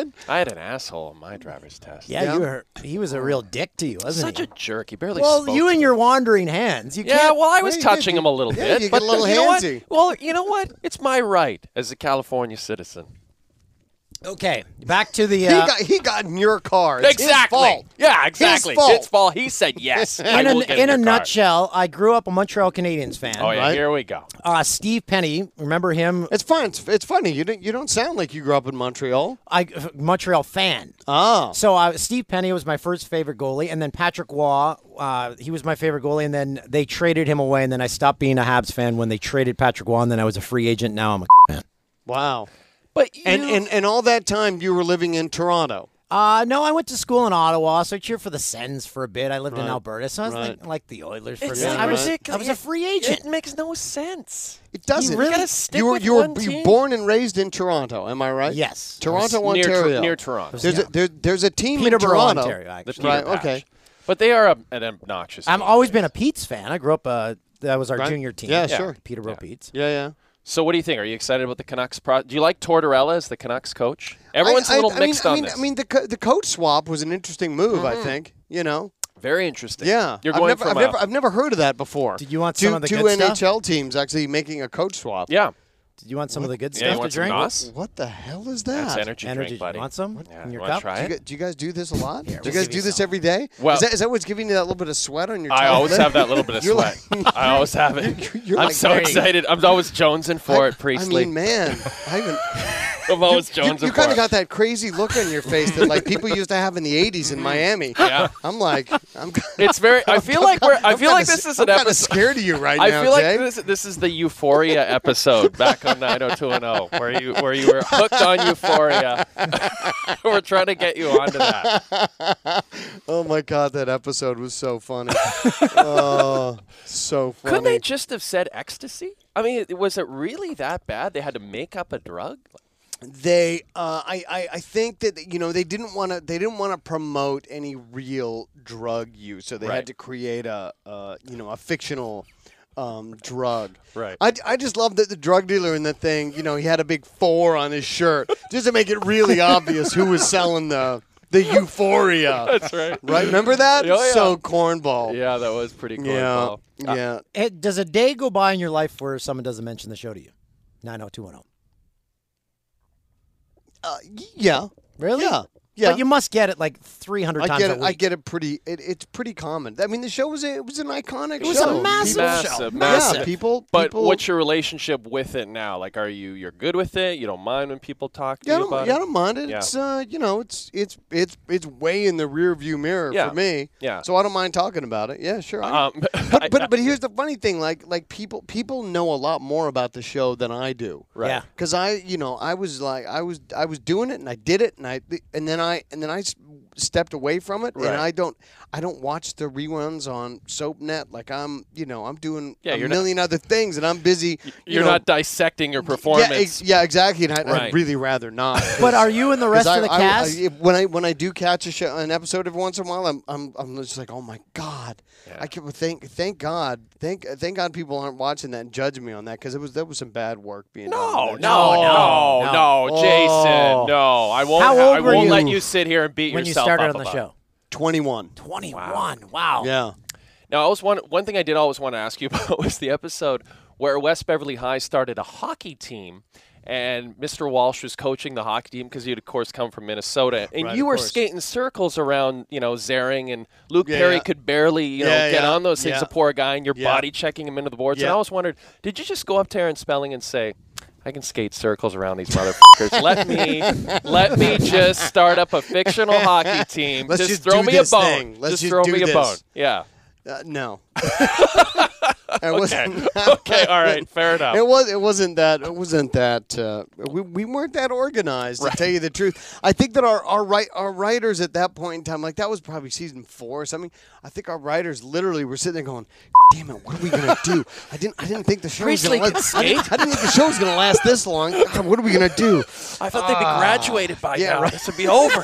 inside. I had an asshole on my driver's test. Yeah, you were. He was a real dick to you, wasn't Such he? a jerk. He barely well, spoke you to and me. your wandering hands. You Yeah, can't, well, I was you touching did. him a little Yeah, bit. you get but a little you know what? handsy. Well, you know what? It's my right as a California citizen Okay, back to the. He Uh, got he got in your car. It's his Exactly. fault. Yeah, His exactly. fault. It's fault. He said yes. I in will a, get in a your car. nutshell, I grew up a Montreal Canadiens fan. Oh yeah, right? here we go. Uh, Steve Penny, remember him? It's fun. It's, it's funny. You don't you don't sound like you grew up in Montreal. I Montreal fan. Oh, So uh, Steve Penny was my first favorite goalie, and then Patrick Waugh, uh, he was my favorite goalie, and then they traded him away, and then I stopped being a Habs fan when they traded Patrick Waugh, and then I was a free agent. Now I'm a fan. wow. But and, and and all that time you were living in Toronto. Uh, no, I went to school in Ottawa, so I cheered for the Sens for a bit. I lived in Right. Alberta, so I was Right. like, like the Oilers for It's a bit. not I was, ridiculous. I was a free agent. It makes no sense. It doesn't. You really- gotta stick you were, with you were one you were team. born and raised in Toronto. Am I right? Yes. Toronto, I was near Tor- Ontario. near Toronto. There's Yeah. a, there, there's a team Peterborough, in Toronto. Ontario, actually. The Peter right. Patch. Okay. But they are a, an obnoxious. I've team. always been a Pete's fan. I grew up. Uh, that was our Right. junior team. Yeah, sure. Peterborough Pete's. Yeah, yeah. So what do you think? Are you excited about the Canucks? Pro- do you like Tortorella as the Canucks coach? Everyone's I- a little I, I mean- mixed I on mean, this. I mean, the co- the coach swap was an interesting move. I Mm-hmm. Mhm. think. You know. Very interesting. Yeah. you're I've going never, from I've, a- never, I've never heard of that before. Did you want two, some of the two good NHL stuff? teams actually making a coach swap? yeah. Did you want some of the good Yeah, you stuff want to some drink? Nos? What the hell is that? That's energy, Energy drink, drink. buddy. Want some Yeah, in your wanna cup? Try Do you, it? gu- do you guys do this a lot? do we'll you guys give do you this some. every day? Well- is, that, is that what's giving you that little bit of sweat on your? I top always there? have that little bit of You're sweat. I always have it. you're I'm like so very- excited. I'm always jonesing for it, I Priestley. mean, man, I even. I'm always You, jonesing you for kind of it. got that crazy look on your face that like people used to have in the '80s in Miami. Mm-hmm. Yeah. I'm like, I'm. kinda- It's very. I feel like we're. I I'm feel kinda like this s- is I'm an kinda episode. scared of you right I now, feel like Jay. this this is the Euphoria episode back on 90210 where you where you were hooked on Euphoria. we're trying to get you onto that. oh my god, that episode was so funny. oh, so funny. Couldn't they just have said ecstasy? I mean, it- was it really that bad? They had to make up a drug. they uh, I, I I think that you know they didn't want to they didn't want to promote any real drug use, so they Right. had to create a uh, you know a fictional. Um, drug. Right. I, I just love that the drug dealer in the thing, you know, he had a big four on his shirt just to make it really obvious who was selling the the euphoria. That's right. Right? Remember that? Oh, yeah. So cornball. Yeah, that was pretty cool. Yeah. Paul. Uh, yeah. It, Eh, does a day go by in your life where someone doesn't mention the show to you? 90210. Uh, y- yeah. Really? Yeah. Yeah. But you must get it like 300 I times get a it. week. I get it. Pretty. It, it's pretty common. I mean, the show was a, it was an iconic. It was show. a massive Massive, show. massive. Yeah, people. But people, what's your relationship with it now? Like, are you you're good with it? You don't mind when people talk to Yeah, I you don't, about yeah, I it? don't mind it. Yeah. It's uh, you know, it's it's it's it's way in the rear view mirror Yeah. for me. Yeah. So I don't mind talking about it. Yeah, sure. I- Um, but, but but here's the funny thing. Like like people people know a lot more about the show than I do. right. Yeah. Because I, you know, I was like, I was, I was doing it, and I did it, and I, and then I, and then I s- stepped away from it, Right. and I don't, I don't watch the reruns on SoapNet. Like I'm, you know, I'm doing Yeah, a you're not- million other things, and I'm busy. you You're know. not dissecting your Yeah, performance. ex- yeah, exactly. And I, Right. I'd really rather not. 'cause- but are you and the 'cause rest I- of the I- I- cast? if- when I when I do catch a show, an episode every once in a while, I'm I'm, I'm just like, oh my god, I can thank thank God, thank thank God people aren't watching that and judging me on that because it was that was some bad work being done. No, with that no, show. no, no, no. Jason, Oh. no. I won't. How ha- old I were won't you let you sit here and beat when you yourself started up on the about it. show. 21. 21. Wow. Yeah. Now, I was one one thing I did always want to ask you about was the episode where West Beverly High started a hockey team, and Mr. Walsh was coaching the hockey team because he'd of course come from Minnesota, and Right, you of were course. skating circles around, you know, Zaring and Luke Yeah, Perry yeah. could barely, you know, Yeah, get yeah, on those things. yeah. A poor guy, and you're Yeah. body checking him into the boards. And Yeah. I always wondered, did you just go up to Aaron Spelling and say? I can skate circles around these motherfuckers. let me, let me just start up a fictional hockey team. Let's just, just throw do me a this bone. thing. Let's just, just throw do me a this. bone. Yeah. Uh, no. I wasn't. okay, all right, fair enough. It was. It wasn't that. It wasn't that. Uh, we, we weren't that organized, to tell you the truth. I think that our our right our writers at that point in time, like that was probably season four or something. I think our writers literally were sitting there going, "Damn it, what are we gonna do? I didn't. I didn't think the show was Priestley gonna. can Last, I, didn't, I didn't think the show was gonna last this long. God, what are we gonna do? Ah. I thought they'd be graduated by yeah, now. right. This would be over.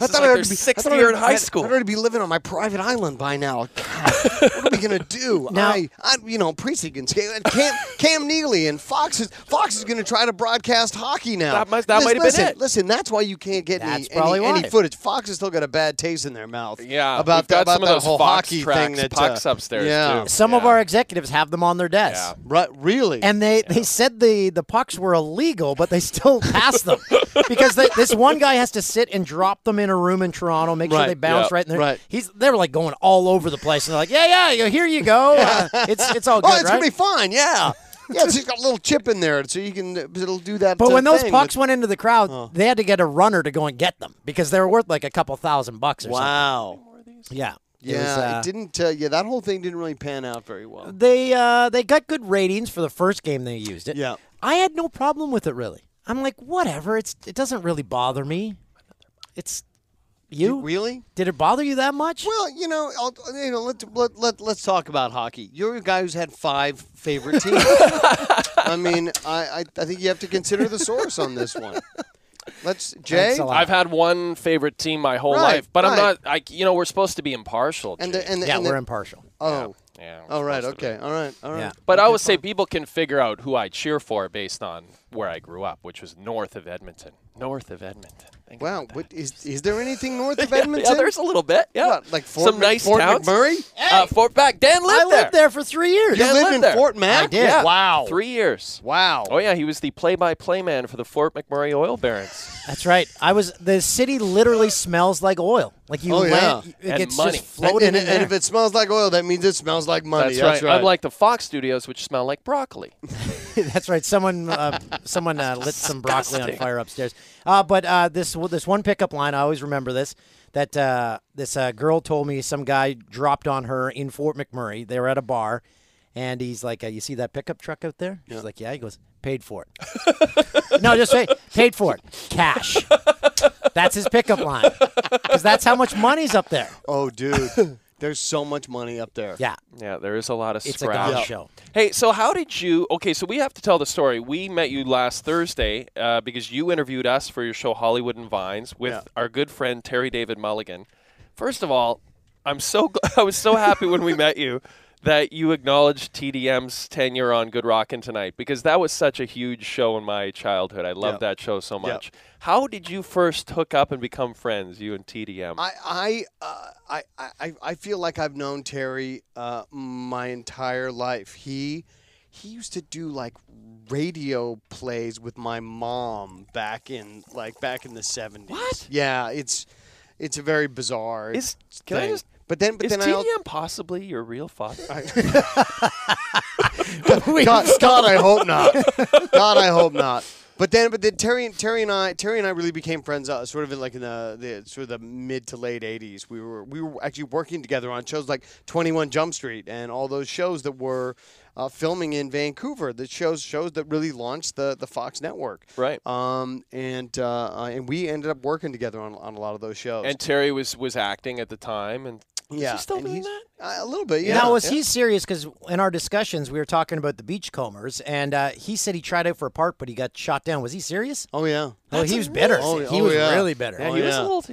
I is thought like I their would be, I sixth thought I year would- in high I'd- school. I'd already be living on my private island by now. God, what are we gonna do? I, I, you know, precinct and Cam, Cam, Cam Neely and Fox is Fox is gonna try to broadcast hockey now. That must- that Lis- might have been listen, it. Listen, that's why you can't get That's any, probably any, any why. footage. Fox has still got a bad taste in their mouth. Yeah, about we've got that, about some of that those whole Fox hockey tracks, thing that pucks uh, upstairs, yeah. too. Some of our executives have them on their desk. Right, really? And they, they said the, the pucks were illegal, but they still pass them because they, this one guy has to sit and drop them in a room in Toronto, make sure Right, they bounce yeah, right. And they're- right. He's they were like going all over the place, and they're like, yeah, yeah, here you go. Uh, it's it's all good, oh, it's right? gonna be fine. Yeah, yeah, it's just got a little chip in there, so you can it'll do that. But uh, when those thing pucks that- went into the crowd, they had to get a runner to go and get them because they were worth like a couple thousand bucks or Wow. something. Yeah. It Yeah, was, uh, it didn't. Uh, yeah, that whole thing didn't really pan out very well. They uh, they got good ratings for the first game they used it. Yeah. I had no problem with it really. I'm like, whatever. It's it doesn't really bother me. It's you really? Did it bother you that much? Well, you know, I'll, you know, let, let let let's talk about hockey. You're a guy who's had five favorite teams. I mean, I, I I think you have to consider the source on this one. Let's Jay. I've had one favorite team my whole Right, life, but I'm right. not. I, you know, we're supposed to be impartial. And Jay. the- and the- Yeah, and the- we're impartial. Oh. Yeah. All right. Okay. All right. All right. But I would say people can figure out who I cheer for based on where I grew up, which was north of Edmonton. North of Edmonton. Wow. What is is there anything north of Yeah, yeah, Edmonton? there's a little bit. Yeah. What, like Fort Some Mc- nice Fort towns. McMurray. Uh, Fort Mac. Dan lived I there. lived there for three years. You Dan lived lived in there. Fort Mac? I did. Yeah. Wow. Three years. Wow. Oh yeah, he was the play-by-play man for the Fort McMurray Oil Barons. That's right. I was the city literally smells like oil. Like you Oh, land, yeah. it And gets money. just floating and, in and, there. if it smells like oil, that means it smells like money. That's, right. Unlike the Fox Studios, which smell like broccoli. That's right. Someone uh, someone uh, lit some broccoli on fire upstairs. Uh, but uh, this this one pickup line, I always remember this. That uh, this uh, girl told me some guy dropped on her in Fort McMurray. They were at a bar, and he's like, uh, "You see that pickup truck out there?" She's like, "Yeah." He goes, "Paid for it." no, just say paid for it, cash. That's his pickup line because that's how much money's up there. Oh, dude, there's so much money up there. Yeah. Yeah, there is a lot of It's a scrap. gong Yeah. show. Hey, so how did you? Okay, so we have to tell the story. We met you last Thursday uh, because you interviewed us for your show Hollywood and Vines with Yeah. our good friend Terry David Mulligan. First of all, I'm so gl- I was so happy when we met you that you acknowledged TDM's tenure on Good Rockin' tonight because that was such a huge show in my childhood. I loved Yeah. that show so Yeah. much. How did you first hook up and become friends, you and TDM? I I, uh, I I I feel like I've known Terry uh, my entire life. He he used to do like radio plays with my mom back in like back in the seventies. What? Yeah, it's it's a very bizarre Is- can I thing. just- but then but is then TDM I also, possibly your real father? God, God, I hope not. God, I hope not. But then, but then Terry and Terry and I, Terry and I really became friends. Uh, sort of in like in the, the sort of the mid to late '80s. We were we were actually working together on shows like 21 Jump Street and all those shows that were uh, filming in Vancouver. The shows shows that really launched the the Fox network. Right. Um. And uh, uh, and we ended up working together on, on a lot of those shows. And Terry was was acting at the time, and is yeah. he still and doing he's- that? Uh, a little bit. Yeah. Now was yeah. he serious? Because in our discussions, we were talking about the beachcombers, and uh, he said he tried out for a part, but he got shot down. Was he serious? Oh yeah. Oh, he was bitter. Oh, he oh, was yeah. really bitter. Oh, yeah. he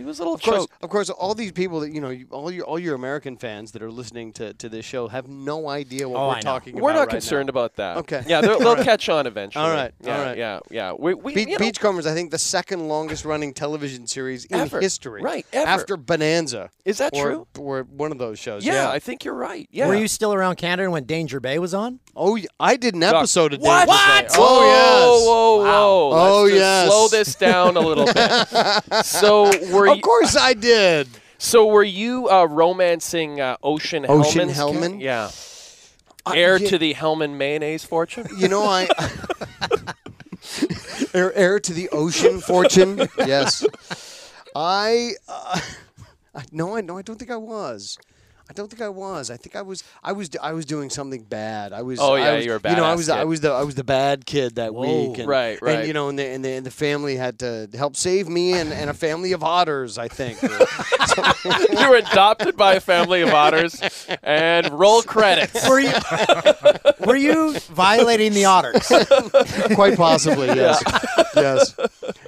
was a little Of course, of course, all these people that you know, you- all your all your American fans that are listening to, to this show have no idea what Oh, we're I know. talking We're about. not right concerned now. about that. Okay. Yeah, they'll, they'll All right. catch on eventually. All right, Yeah, all right. yeah, yeah. We, we Be- you know, Beachcombers, I think, the second longest running television series in Ever. history. Right, ever. After Bonanza. Is that or, true? Or one of those shows. yeah, Yeah. I think you're right. Yeah. Were you still around Canada when Danger Bay was on? oh, yeah, I did an episode of what? Danger What? Bay. Oh, yes. Whoa, whoa, whoa. Oh, Let's just yes. Slow this down a little bit. so were Of you, course I did. so were you uh, romancing uh, Ocean Ocean Hellman's Hellman? ca- Yeah. I- Heir yeah. to the Hellman mayonnaise fortune. You know, I. heir, heir to the ocean fortune. Yes. I. Uh, I no, I no, I don't think I was. I don't think I was. I think I was. I was. I was doing something bad. I was. Oh, I yeah, was- you were a You know, I badass was. kid. I was the. I was the bad kid that Whoa. week. And, Right, right. And you know, and the, and the and the family had to help save me and, and a family of otters. I think. you were adopted by a family of otters, and roll credits. Were you Were you violating the otters? Quite possibly, yes. yes.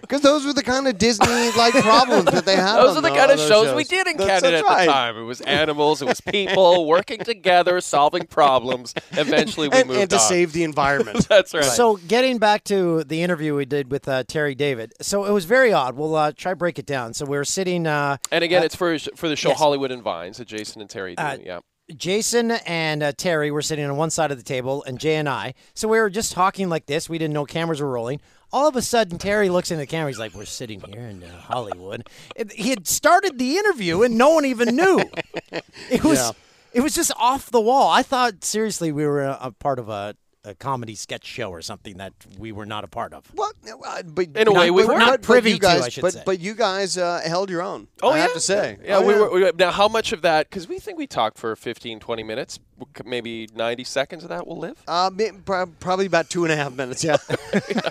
Because those were the kind of Disney like problems that they had. Those on are the tho- kind of those shows, we did in That's- Canada that's at right. the time. It was animals, it was people working together, solving problems. Eventually, we and, moved and to on. save the environment. That's right. So getting back to the interview we did with uh, Terry David, so it was very odd. We'll uh, try break it down. So we were sitting. Uh, and again, uh, it's for for the show yes. Hollywood and Vines that Jason and Terry did. Uh, yeah. Jason and uh, Terry were sitting on one side of the table, and Jay and I. So we were just talking like this. We didn't know cameras were rolling. All of a sudden, Terry looks into the camera. He's like, "We're sitting here in uh, Hollywood." It- he had started the interview, and no one even knew. It was Yeah. it was just off the wall. I thought seriously we were uh, a, a part of a, a comedy sketch show or something that we were not a part of. What? Uh, but In a way, we were not privy you to, guys, I should but, say. But you guys uh, held your own. Oh, I yeah. have to say. Yeah, Oh, we were. We, now, how much of that? Because we think we talked for 15, 20 minutes. Maybe 90 seconds of that will live. Uh, mi- prob- probably about two and a half minutes. Yeah.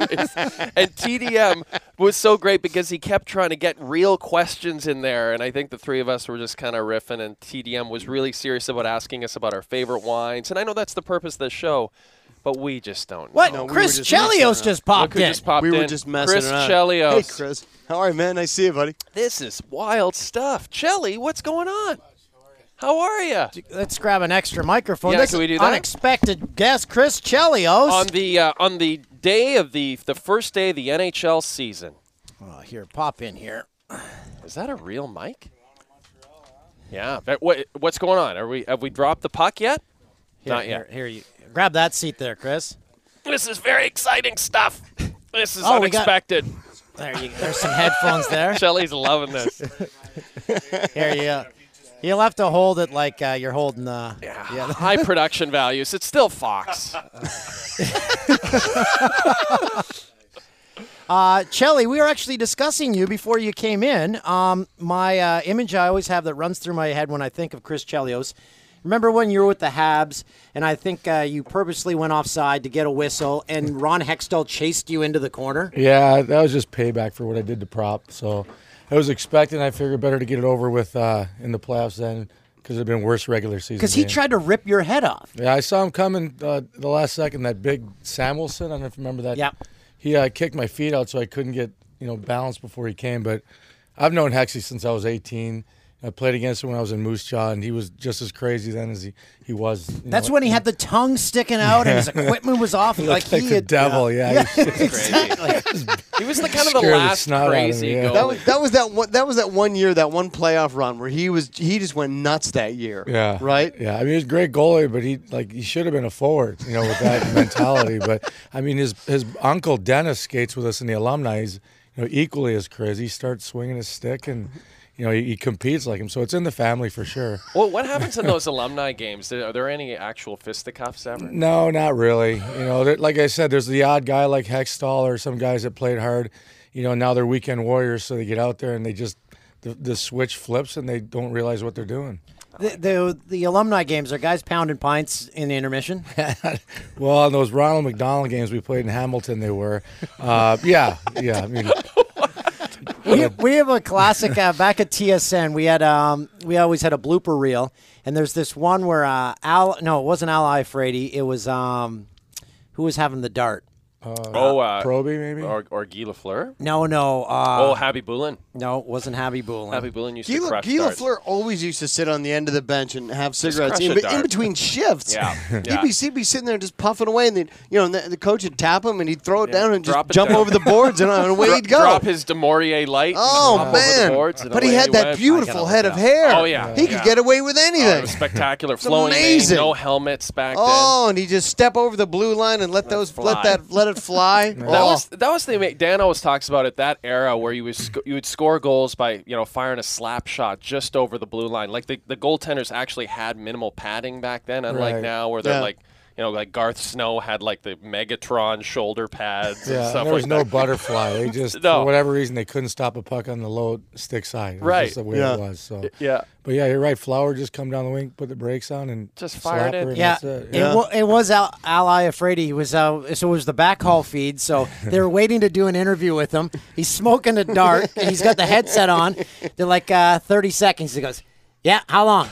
and TDM was so great because he kept trying to get real questions in there. And I think the three of us were just kind of riffing, and TDM was really serious about asking us about our favorite wines. And I know that's the purpose of the show, but we just don't. What? Know. Chris Chelios just popped Look who in. just popped uh, we were in. just messing Chris around. Chelios. Hey, Chris. How are you, man? Nice to see you, buddy. This is wild stuff. Chelly, what's going on? How are you? Let's grab an extra microphone. Yeah, That's can we do that? Unexpected guest, Chris Chelios. On the uh, on the day of the the first day of the NHL season. oh, here, pop in here. Is that a real mic? Yeah. but What what's going on? Are we have we dropped the puck yet? Here, Not yet. Here, here you grab that seat there, Chris. This is very exciting stuff. This is Oh, we got- unexpected. There you. There's some headphones there. Shelly's loving this. Here you. Go. You'll have to hold it like uh, you're holding. Uh, yeah. High production values. It's still Fox. Uh, Chelly, we were actually discussing you before you came in. Um, my uh, image I always have that runs through my head when I think of Chris Chelios. Remember when you were with the Habs, and I think uh, you purposely went offside to get a whistle, and Ron Hextall chased you into the corner? Yeah, that was just payback for what I did to prop. So I was expecting. I figured better to get it over with uh, in the playoffs then, because it'd been worse regular season. Because he game. tried to rip your head off. Yeah, I saw him coming uh, the last second. That big Samuelson. I don't know if you remember that. Yeah. He uh, kicked my feet out, so I couldn't get you know balance before he came. But I've known Hexy since I was 18. I played against him when I was in Moose Jaw, and he was just as crazy then as he, he was. you That's know, when he had the tongue sticking out and his equipment was off. He Like looked like he the had, devil, yeah. He was- He was the kind of the Scared the last snot out of me, crazy yeah. goalie. That was that was that one that was that one year that one playoff run where he was he just went nuts that year. Yeah. Right. Yeah. I mean, he's a great goalie, but he like he should have been a forward, you know, with that mentality. But I mean, his his uncle Dennis skates with us in the alumni. He's you know equally as crazy. He starts swinging his stick, and you know he, he competes like him. So it's in the family for sure. well, what happens in those alumni games? Are there any actual fisticuffs ever? No, not really. You know, there- like I said, there's the odd guy like Hextall or some guys that played hard. You know, now they're weekend warriors, so they get out there and they just the, the switch flips and they don't realize what they're doing. The, the, the alumni games are guys pounding pints in the intermission. Well, on those Ronald McDonald games we played in Hamilton, they were. Uh, yeah, yeah. I mean, we, we have a classic uh, back at TSN. We had um, we always had a blooper reel, and there's this one where uh, Al. No, it wasn't Al Ifrady. It was um, who was having the dart. oh, uh, Proby maybe, or, or Guy Lafleur. No, no. Uh, oh, Habby Bulin. No, it wasn't Habby Bulin. Habby Bulin used Guy to La- crush Guy darts. Lafleur always used to sit on the end of the bench and have cigarettes crush in, a be- dart. in between shifts. Yeah, yeah. He'd, be, he'd be sitting there just puffing away, and then you know and the, the coach would tap him, and he'd throw it down and Drop just it jump down. over the boards, and, and away Dro- he'd go. Drop his Demorier light. and Oh, hop over the man. boards and But he away had that went. beautiful head of hair. Oh yeah, He could get away with anything. uh, spectacular, It's flowing mane, amazing. no helmets back then. Oh, and he just step over the blue line and let those fly. let that let it fly. That Oh. was that was the ama- Dan always talks about it. That era where you was sc- you would score goals by you know firing a slap shot just over the blue line. Like the, the goaltenders actually had minimal padding back then, unlike Right. now where they're Yeah. like you know like Garth Snow had like the Megatron shoulder pads yeah. and and stuff there was like no that. butterfly. They just No. for whatever reason they couldn't stop a puck on the low stick side. It was Right. just the way Yeah. it was. So Yeah. But yeah, you're right. Flower just come down the wing, put the brakes on, and Just Fired slap her, and Yeah, that's it. It, wa- it was Al, Al Iafredi. He was uh, so it was the backhaul feed. So they were waiting to do an interview with him. He's smoking a dart. and he's got the headset on. They're like uh, thirty seconds. He goes, Yeah, how long?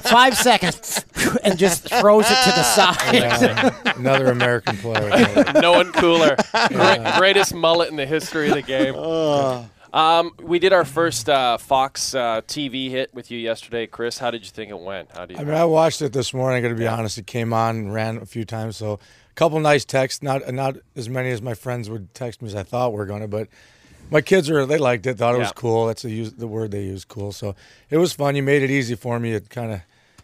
Five seconds, and just throws it to the side. Yeah, another American player. no one cooler. Great, greatest mullet in the history of the game. Uh. Um, we did our first uh, Fox uh, TV hit with you yesterday, Chris. How did you think it went? How do you? I mean, I watched it this morning. I got to be honest, it came on and ran a few times. So, a couple nice texts. Not not as many as my friends would text me as I thought were going to, but my kids were. They liked it. Thought it was Yeah. cool. That's the use the word they use, cool. So it was fun. You made it easy for me. It kind of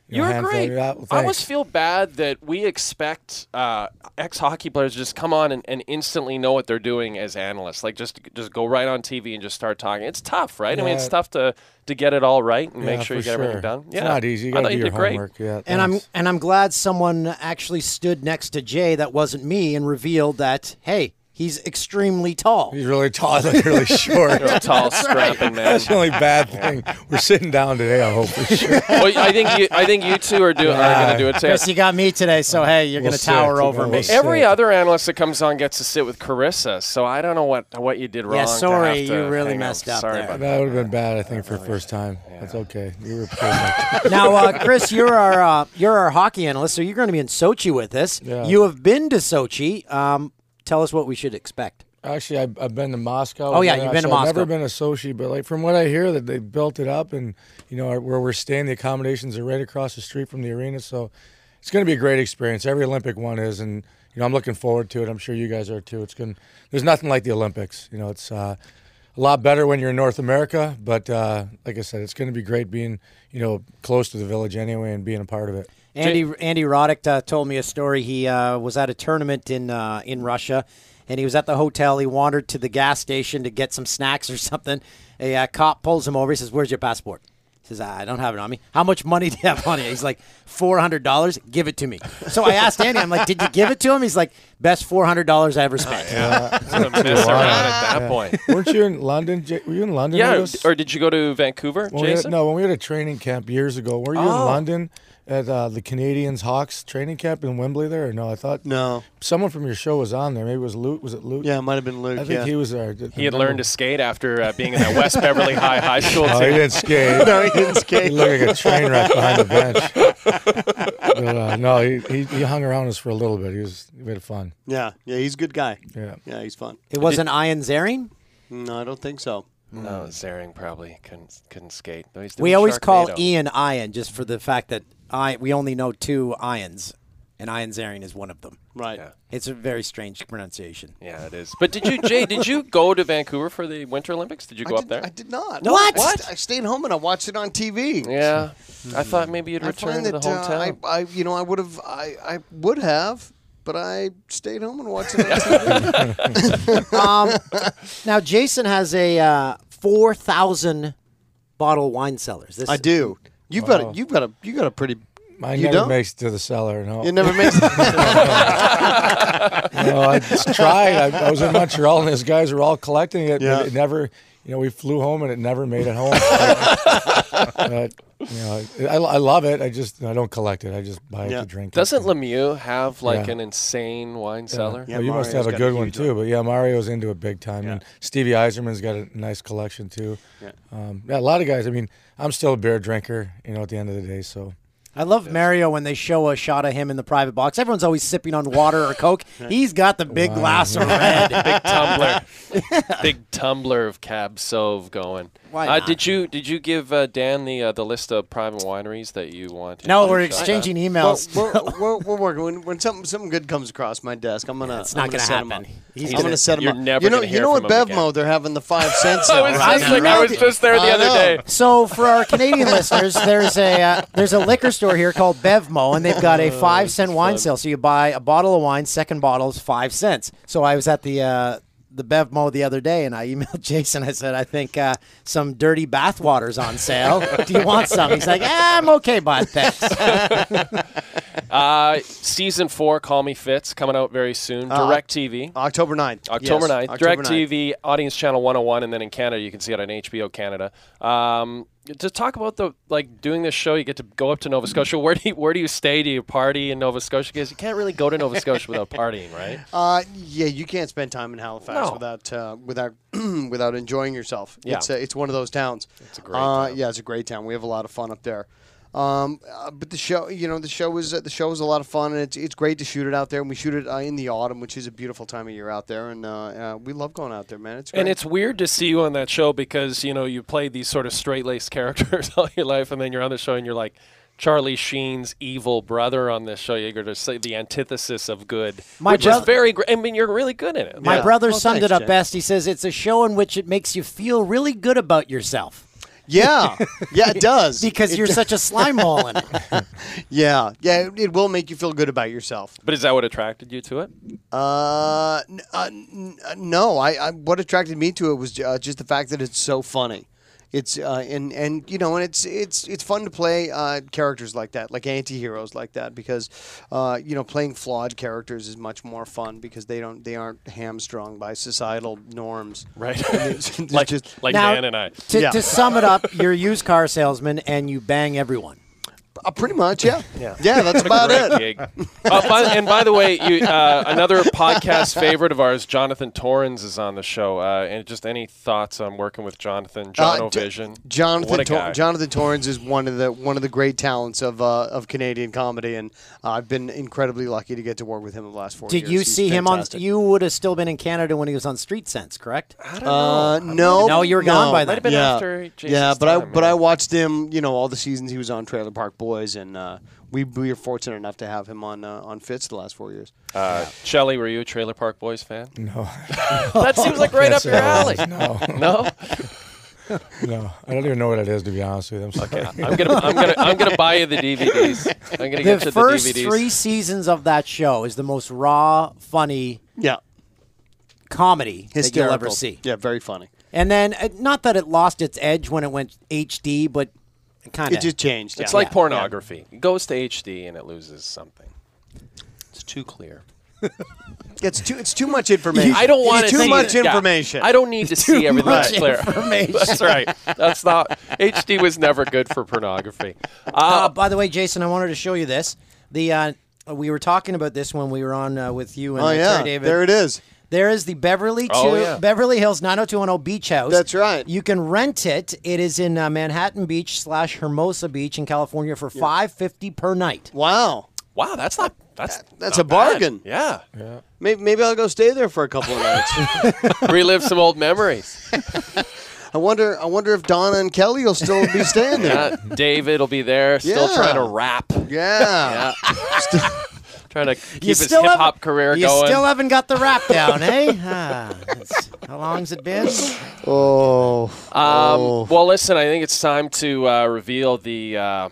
you You know, were hand great. filled it out. Well, I always thanks. feel bad that we expect uh, ex-hockey players to just come on and, and instantly know what they're doing as analysts. Like just just go right on TV and just start talking. It's tough, right? I mean, it's Yeah. tough to to get it all right and Yeah, make sure you for get sure. everything done. It's not easy. You gotta I thought do you your did great. homework, yeah. And I'm and I'm glad someone actually stood next to Jay that wasn't me and revealed that hey, he's extremely tall. He's really tall. He's really short. You're a tall, scrapping man. That's the only bad thing. We're sitting down today. I hope. For sure. well, I think you, I think you two are do, are going to do it too. Chris, you got me today, so hey, you're We'll gonna see. tower We'll over me. see. Every other analyst that comes on gets to sit with Carissa, so I don't know what what you did wrong. Yeah, to sorry, have to you really hang on. messed up Sorry there. about That would have been bad, I think, for first time. That's okay. You were perfect. now, uh, Chris, you're our uh, you're our hockey analyst, so you're going to be in Sochi with us. You have been to Sochi. Um, tell us what we should expect. Actually, I've, I've been to Moscow. Oh, yeah, I've you've been to actually- I've Moscow. never been to Sochi, but like from what I hear, that they built it up, and you know where we're staying, the accommodations are right across the street from the arena, so it's going to be a great experience. Every Olympic one is, and you know I'm looking forward to it. I'm sure you guys are too. It's going there's nothing like the Olympics. You know, it's uh, a lot better when you're in North America, but uh, like I said, it's going to be great being you know close to the village anyway and being a part of it. Andy Andy Roddick uh, told me a story. He uh, was at a tournament in uh, in Russia, and he was at the hotel. He wandered to the gas station to get some snacks or something. A uh, cop pulls him over. He says, "Where's your passport?" He says, "I don't have it on me." How much money do you have on you? He's like, 400 dollars. Give it to me." So I asked Andy. I'm like, "Did you give it to him?" He's like, "Best 400 dollars I ever spent." gonna mess around at that point. Weren't you in London? Ja- Were you in London? with Yeah, us? or did you go to Vancouver, When we had- Jason? no, when we had a training camp years ago, were you in Oh. London at uh, the Canadians Hawks training camp in Wembley there? Or no, I thought no. Someone from your show was on there. Maybe it was Luke. Was it Luke? Yeah, it might have been Luke. I think yeah. he was uh, there. He had learned to skate after uh, being in that West Beverly High high school Oh, team. he didn't skate. No, he didn't skate. He looked like a train wreck behind the bench. But, uh, no, he, he he hung around us for a little bit. He was we had fun. Yeah, yeah, he's a good guy. Yeah. yeah, he's fun. It wasn't Ian Zaring. No, I don't think so. No, Zaring probably couldn't couldn't skate. No, he's doing We always call Sharknado. Ian Ian just for the fact that I we only know two Ians, and Ian Zarin is one of them. Right. It's a very strange pronunciation. Yeah, it is. But did you, Jay? did you go to Vancouver for the Winter Olympics? Did you go up there? I did not. No, What? What? I stayed home and I watched it on TV. Yeah, I thought maybe you'd I return find to the that uh, hometown. I, I, you know, I would have, I, I would have, but I stayed home and watched it on TV. um, now Jason has a uh, four thousand bottle wine cellars. This I do. You've Wow. got, a, you've got a, you got a pretty. Mine you never don't? makes it to the cellar. No, It never makes. No, I just tried. I, I was in Montreal, and those guys were all collecting it. Yeah. But it never, you know, we flew home, and it never made it home. but, you know, I, I love it. I just I don't collect it. I just buy it to drink. it. Doesn't Lemieux have like Yeah. an insane wine Yeah. cellar? Well, you must have a good one too. But yeah, Mario's into it big time, and Stevie Eiserman's got a nice collection too. Yeah. Um, yeah, a lot of guys. I mean, I'm still a beer drinker. You know, at the end of the day, so. I love Mario when they show a shot of him in the private box. Everyone's always sipping on water or Coke. He's got the big Wow. glass of red. Ah, big tumbler, big tumbler of Cab Sauv going. Why uh, not? Did you did you give uh, Dan the uh, the list of private wineries that you want? No, we're exchanging emails. Well, we're, we're, we're working. When, when something something good comes across my desk, I'm gonna. it's not I'm gonna gonna set 'em happen. up. He's I'm gonna- gonna, set him you're up. never you know, gonna you hear know from at 'em Bevmo they're having the five cents. I sale, was right? just like- I was just there the I other know. day. So for our Canadian listeners, there's a uh, there's a liquor store here called Bevmo, and they've got Oh, a five cent wine sale. So you buy a bottle of wine, second bottle is five cents. So I was at the uh, the Bevmo the other day, and I emailed Jason. I said, I think uh, some dirty bathwater's on sale. Do you want some? He's like, ah, I'm okay, bud. Thanks. Uh, season four, Call Me Fitz, coming out very soon. Uh, Direct TV. October 9th. October Yes, 9th. October oh Direct TV, Audience Channel 101, and then in Canada, you can see it on HBO Canada. Um, to talk about the like doing this show, you get to go up to Nova Scotia. Where do you, where do you stay? Do you party in Nova Scotia? Because you can't really go to Nova Scotia without partying, right? Uh, yeah, you can't spend time in Halifax No. without uh, without without enjoying yourself. Yeah. It's, uh, it's one of those towns. It's a great uh, Yeah, it's a great town. We have a lot of fun up there. Um, uh, but the show, you know, the show is uh, the show is a lot of fun, and it's it's great to shoot it out there. And we shoot it uh, in the autumn, which is a beautiful time of year out there, and uh, uh, we love going out there, man. It's great. And it's weird to see you on that show because you know you played these sort of straight-laced characters all your life, and then you're on the show and you're like Charlie Sheen's evil brother on this show. You're going to say the antithesis of good, My which brother- is very great. I mean, you're really good at it. My brother summed it up best. He says it's a show in which it makes you feel really good about yourself. Yeah, yeah, it does because It you're do- such a slime ball in it. yeah, yeah, it, it will make you feel good about yourself. But is that what attracted you to it? Uh, n- uh, n- uh, no. I, I what attracted me to it was uh, just the fact that it's so funny. It's uh, and and you know and it's it's it's fun to play uh, characters like that, like anti-heroes like that, because uh, you know playing flawed characters is much more fun because they don't they aren't hamstrung by societal norms. Right. like like Now, Dan and I. To, to sum it up, you're a used car salesman and you bang everyone. Uh, pretty much, yeah. Yeah. Yeah, that's about it. Uh, by, and by the way, you, uh, another podcast favorite of ours, Jonathan Torrens, is on the show. Uh, and just any thoughts on working with Jonathan, John Uh, J- O'Vision? Jonathan What a Tor- guy. Jonathan Torrens is one of the one of the great talents of uh, of Canadian comedy, and uh, I've been incredibly lucky to get to work with him in the last four years. Did you He's see him on? fantastic. You would have still been in Canada when he was on Street Sense, correct? I Uh, no, no, you were gone by then. yeah. yeah, but I but I watched him. You know, all the seasons he was on Trailer Park Boys, and uh, we we were fortunate enough to have him on uh, on Fitz the last four years. Uh, Shelley, were you a Trailer Park Boys fan? No. that seems like right Can't up say your I alley. was. um, No. No? No, I don't even know what it is to be honest with you. I'm sorry. I'm gonna, I'm gonna, I'm gonna buy you the DVDs. I'm gonna get the you first the DVDs. three seasons of that show is the most raw, funny, yeah, comedy that you'll ever Hysterical. see. Yeah, very funny. And then, uh, not that it lost its edge when it went HD, but kind of It just changed, It's yeah. like Yeah. pornography. It goes to HD and it loses something. It's too clear. It's too it's too much information. I don't It's want too much information. I don't need to see everything that's clear. that's right. That's not HD was never good for pornography. Uh, Uh, by the way, Jason, I wanted to show you this. The uh, we were talking about this when we were on uh, with you and Oh, uh, yeah. Terry David. There it is. There is the Beverly Oh, Two- yeah. Beverly Hills 90210 Beach House. That's right. You can rent it. It is in uh, Manhattan Beach slash Hermosa Beach in California for five fifty per night. Wow. Wow, that's not that's not That's a bargain. bad. Yeah. Maybe, maybe I'll go stay there for a couple of nights. Relive some old memories. I wonder. I wonder if Donna and Kelly will still be staying there. Yeah, David will be there, still Yeah. trying to rap. Yeah. Still trying to keep You his still hip haven't- hop career you going. still haven't got the rap down, eh? Ah, it's- how long's it been? Oh. Um, Well, listen, I think it's time to uh, reveal the uh,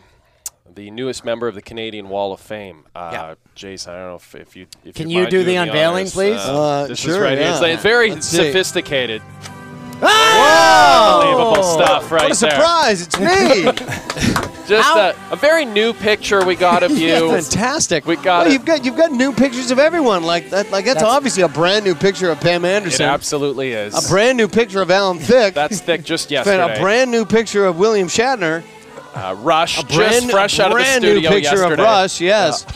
the newest member of the Canadian Wall of Fame. Uh, Jason, I don't know if, if you if Can you, you mind do doing the unveiling, honors. please? Uh, this is sure, right here. It's, yeah. like very Let's see. sophisticated. Wow! Unbelievable stuff right What a surprise! It's me. there. Just a, a very new picture we got of you. Yeah, fantastic. We got Well, it. you've got you've got new pictures of everyone. Like that. Like that's, That's- obviously a brand new picture of Pam It Anderson. absolutely is. a brand new picture of Alan Thicke. That's thick just and yesterday. a brand new picture of William Shatner. uh, Rush, A brand just new- fresh out of the brand studio new picture yesterday. of Rush. Yes.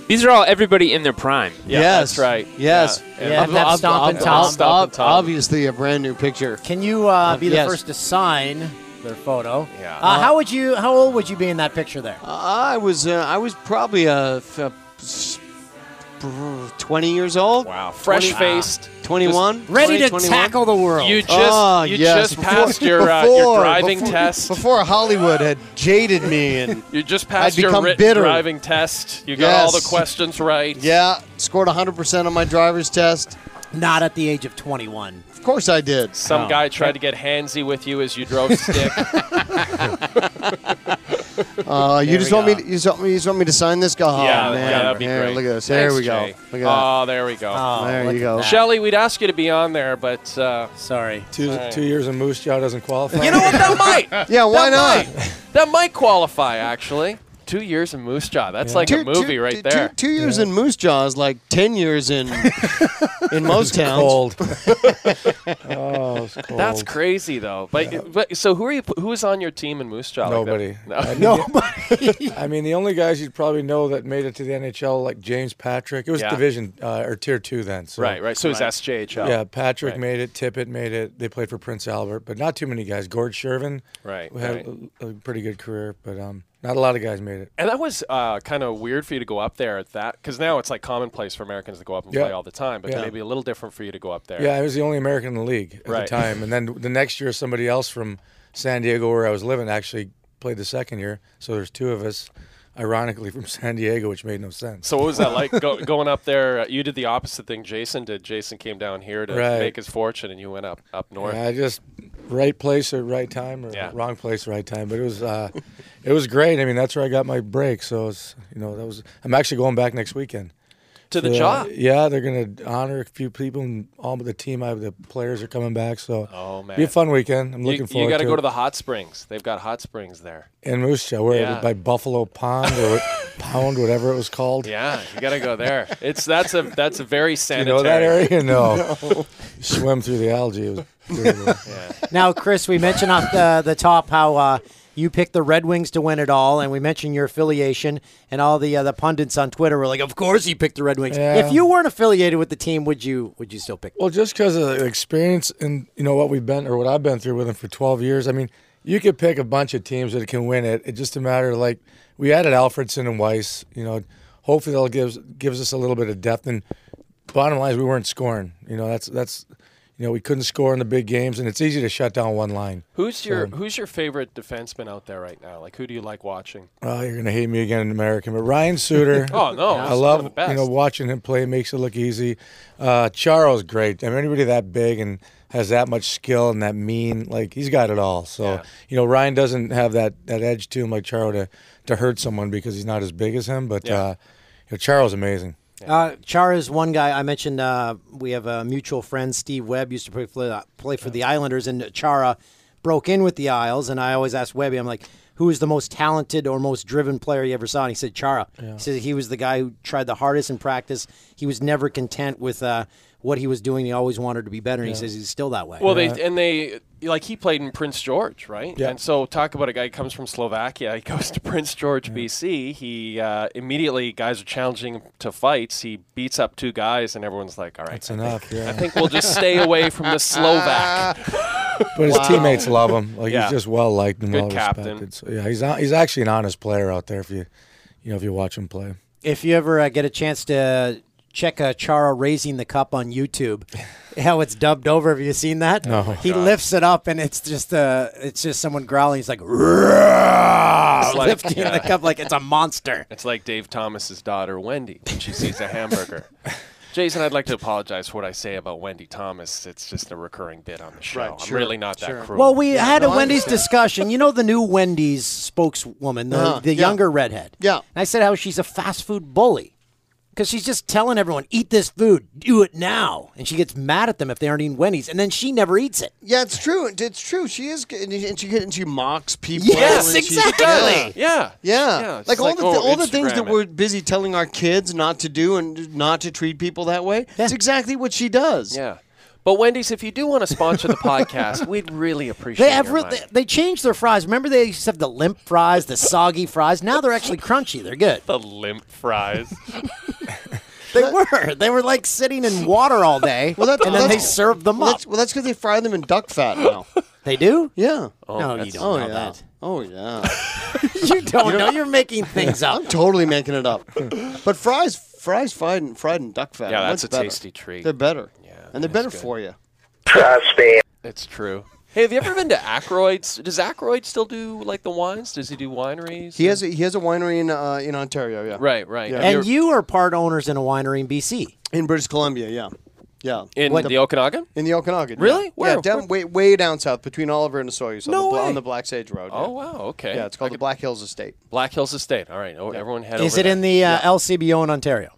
These are all everybody in their prime. Yeah, yes. that's right. Yes. Yeah. Yeah, Ob- that's ob- Stompin' ob- Tom. ob- Stompin' Tom. Obviously, a brand new picture. Can you uh, be the Yes. first to sign their photo? Yeah. Uh, how would you? How old would you be in that picture there? I was uh, I was probably uh, f- uh, s- br- twenty years old. Ah. Wow, fresh-faced. twenty one, Just ready to tackle the world. You just- you just passed your, uh, your driving before, test. Before Hollywood had jaded me and You just passed I'd your become written bitter. driving test. You got all Yes. the questions right. yeah scored hundred percent on my driver's test. Not at the age of twenty one. Of course I did. Some guy tried to get handsy with you as you drove stick. Uh, you There just we want me. To, you just want me. You just want me to sign this guy. yeah, oh, man. yeah, that'd be Here, great. Look at this. There Thanks, we go. Jay. Look at oh, there we go. Oh, There look you at go. that. Shelly, we'd ask you to be on there, but uh, sorry. Two, two years of Moose Jaw doesn't qualify. You know what? That might. yeah, why not? Might. That might qualify, actually. Two years in Moose Jaw. That's Yeah. like Two- a movie right Two- there. Two, years in Moose Jaw is like ten years in in most towns. cold. oh, it's That's crazy though. But, but so who are you? Who is on your team in Moose Jaw? Nobody. Like uh, that? No. I mean, the only guys you'd probably know that made it to the NHL, like James Patrick. It was Yeah. division uh, or tier two then. So. Right, right. So it was Right. SJHL. Yeah, Patrick Right. made it. Tippett made it. They played for Prince Albert, but not too many guys. Gord Shervin, Right, who had right. A, a pretty good career, but um, not a lot of guys made it. And that was uh, kind of weird for you to go up there at that, because now it's like commonplace for Americans to go up and Yeah. play all the time, but Yeah. maybe a little different for you to go up there. Yeah, I was the only American in the league at Right. the time. And then the next year, somebody else from San Diego, where I was living, actually played the second year. So there's two of us, ironically from San Diego, which made no sense. So what was that like go, going up there? Uh, you did the opposite thing Jason did. Jason came down here to Right. make his fortune, and you went up up north. Yeah, I just right place at right time or Yeah. wrong place right time, but it was uh, it was great. I mean, that's where I got my break. So it's you know that was I'm actually going back next weekend To the For, Jaw? yeah, they're gonna honor a few people and all but the team. I the players are coming back, so Oh man, be a fun weekend. I'm You- looking forward. You got to go it. to the hot springs. They've got hot springs there. in Moose Jaw, where Yeah. by Buffalo Pond or what- Pound, whatever it was called. Yeah, you got to go there. It's that's a that's a very Do you sanitary. know that area? No, No. swim through the algae. It was brutal. Now, Chris, we mentioned off the, the top how uh, You picked the Red Wings to win it all, and we mentioned your affiliation, and all the uh, the pundits on Twitter were like, "Of course he picked the Red Wings." Yeah. If you weren't affiliated with the team, would you would you still pick? Well, just because of the experience and you know what we've been or what I've been through with them for 12 years. I mean, you could pick a bunch of teams that can win it. It's just a matter of like we added Alfredson and Weiss. You know, hopefully that'll gives gives us a little bit of depth. And bottom line is we weren't scoring. You know, that's that's you know we couldn't score in the big games, and it's easy to shut down one line. Who's your So- Who's your favorite defenseman out there right now? Like who do you like watching? Oh, you're gonna hate me again, in American. But Ryan Suter. Oh, no, he's one I of love the best. you know watching him play makes it look easy. Uh, Charo's great. I mean, anybody that big and has that much skill and that mean, like he's got it all. So you know, Ryan doesn't have that that edge to him like Charo to to hurt someone because he's not as big as him. But Yeah. uh, you know, Charo's amazing. Uh, Char is one guy I mentioned. Uh, we have a mutual friend, Steve Webb, used to play for, play for the Islanders, and Chara broke in with the Isles. And I always ask Webby, I'm like, who is the most talented or most driven player you ever saw? And he said Chara. Yeah. He said he was the guy who tried the hardest in practice. He was never content with uh, what he was doing. He always wanted to be better. And Yeah. he says he's still that way. Well, they and they like he played in Prince George, right? Yeah. And so talk about a guy who comes from Slovakia. He goes to Prince George, BC. He uh, immediately guys are challenging him to fights. He beats up two guys, and everyone's like, "All right, That's enough. Yeah. I think we'll just stay away from the Slovak." But his Wow. teammates love him. Like Yeah. he's just well liked and Good well captain. respected. So yeah, he's not, he's actually an honest player out there. If you you know if you watch him play. if you ever uh, get a chance to check uh, Chara raising the cup on YouTube, how it's dubbed over. Have you seen that? No. Oh, he lifts it up, and it's just uh, it's just someone growling. He's like, "Roar!" like- lifting yeah. the cup like it's a monster. It's like Dave Thomas's daughter Wendy when she sees a hamburger. Jason, I'd like to apologize for what I say about Wendy Thomas. It's just a recurring bit on the show. Right, I'm sure, really not that cruel. Well, we had a No, I Wendy's understand. discussion. You know the new Wendy's spokeswoman, the, Uh-huh, the yeah. younger redhead. Yeah. And I said how she's a fast food bully because she's just telling everyone, eat this food, do it now. And she gets mad at them if they aren't eating Wendy's, and then she never eats it. Yeah, it's true. It's true. She is, and she, and she, and she mocks people. Yes, and she- exactly. Yeah, yeah. Yeah, it's like all like, the th- oh, all the things Instagram that it. we're busy telling our kids not to do and not to treat people that way. It's exactly what she does. Yeah. But Wendy's, if you do want to sponsor the podcast, we'd really appreciate They it. have re- they, they changed their fries. Remember they used to have the limp fries, the soggy fries. Now they're actually crunchy. They're good. the limp fries. They were. They were like sitting in water all day. well, that- and then they that's- served them well, up. that's, well, that's because they fry them in duck fat now. they do? Yeah. Oh, No, you that's- don't oh, know yeah. that. Oh yeah. you don't know. You're making things up. I'm totally making it up. But fries, fries fried in fried in duck fat. Yeah, are that's much a better. tasty treat. They're better. Yeah, and they're better for you. Trust me. It's true. Hey, have you ever been to Ackroyd's? Does Ackroyd still do like the wines? Does he do wineries? He has a, he has a winery in uh, in Ontario. Yeah. Right, right. Yeah. And you are part owners in a winery in BC. In British Columbia, yeah. Yeah. In What- the Okanagan? In the Okanagan. Really? Yeah. Where? Yeah, down, way, way down south between Oliver and Osoyoos on, No the, bla- way. on the Black Sage Road. Oh, yeah. wow, okay. Yeah, it's called the Black Hills Estate. Black Hills Estate. All right. Oh, everyone head Is over it there. in the uh, LCBO in Ontario?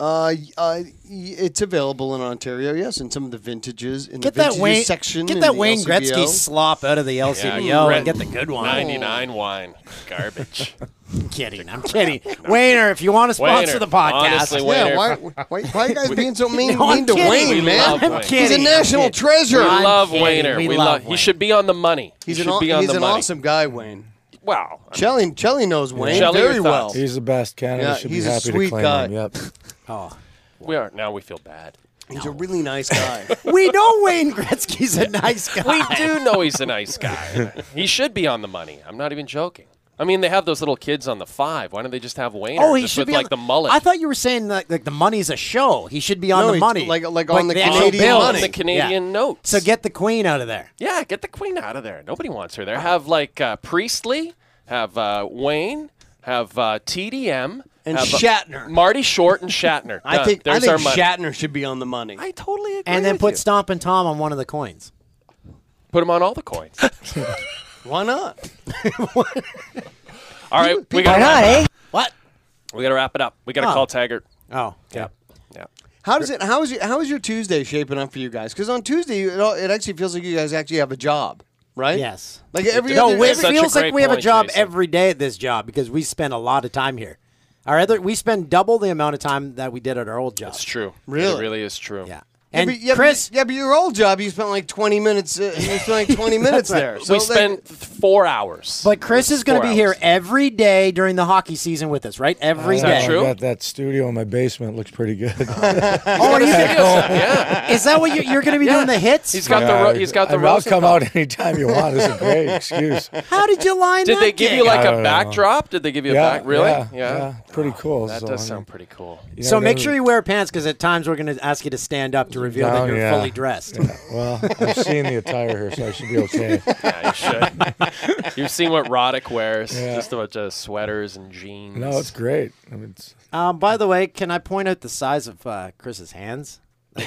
Uh, y- uh, y- it's available in Ontario, yes, and some of the vintages in Get the that vintages Wayne section. Get in that the Wayne LCBO. Gretzky slop out of the LCBO and get the good one. 99 wine. Garbage. I'm kidding. I'm kidding. Wayner, if you want to sponsor Wayner. the podcast, Honestly, Yeah, Wayner. why- why, why are you guys being so mean- no, I'm mean to kidding. Wayne, We man? love I'm Wayne. kidding. He's a national I'm treasure. kidding. We love I'm kidding. Wayner. We We, love love. He should be on the money. He's he an, should aw- be on he's the an money. awesome guy, Wayne. Wow. Chelly, Chelly knows Wayne Shelley, very your well. thoughts? He's the best. Canada Yeah, should he's be a happy sweet to claim guy. him. Yep. Oh, We are now. We feel bad. He's a really nice guy. we know Wayne Gretzky's a nice guy. We do know he's a nice guy. he should be on the money. I'm not even joking. I mean, they have those little kids on the five. Why don't they just have Wayne? Oh, he just should with be like on the mullet. I thought you were saying like, like the money's a show. He should be on No, the he's money, like- like on the actual Canadian bills. money. On the Canadian notes. So get the queen out of there. yeah, get the queen out of there. Nobody wants her there. Uh-huh. Have like uh, Priestley, have uh, Wayne, have uh, TDM, And have, uh, Shatner. Marty Short, and Shatner. I Done. think There's I think our money. Shatner should be on the money. I totally agree. And then put Stomp and Tom on one of the coins. Put him on all the coins. Why not? All right, we got. What? We got to wrap it up. We got to eh? Oh. call Taggart. Oh, yeah. Yeah. How does it? How is your, how is your Tuesday shaping up for you guys? Because on Tuesday, it, all- it actually feels like you guys actually have a job, right? Yes. Like every no, other, it every- feels like we have a job every day at this job because we spend a lot of time here. Our other, we spend double the amount of time that we did at our old job. It's true. Really? It really is true. Yeah. Yeah, And but, yeah, Chris, but, yeah, but your old job, you spent like twenty minutes. Uh, you spent like twenty minutes That's right. there. We So like- spent th- four hours. but Chris is going to Four be here every day during the hockey season with us, right? Every day. Uh, I got that studio in my basement. Looks pretty good. Oh, are you Yeah. yeah. Is that what you're, you're going to be doing? The hits? He's got Yeah, the ro- he's got the I mean, I'll Rosenthal. come out anytime you want. It's a great excuse. How did you line Did that they give gig? you like I don't a know. backdrop? Did they give you Yeah, a back? Really? yeah, yeah. Pretty cool. That So, I does mean, sound pretty cool. you so never make know. sure you wear pants because at times we're going to ask you to stand up to reveal Oh, that you're yeah. fully dressed. Yeah. Well, I've seen the attire here, so I should be okay. Yeah, you should. You've seen what Roddick wears. Yeah. Just a bunch of sweaters and jeans. No, it's great. I mean, it's, Um, by the way, can I point out the size of uh, Chris's hands?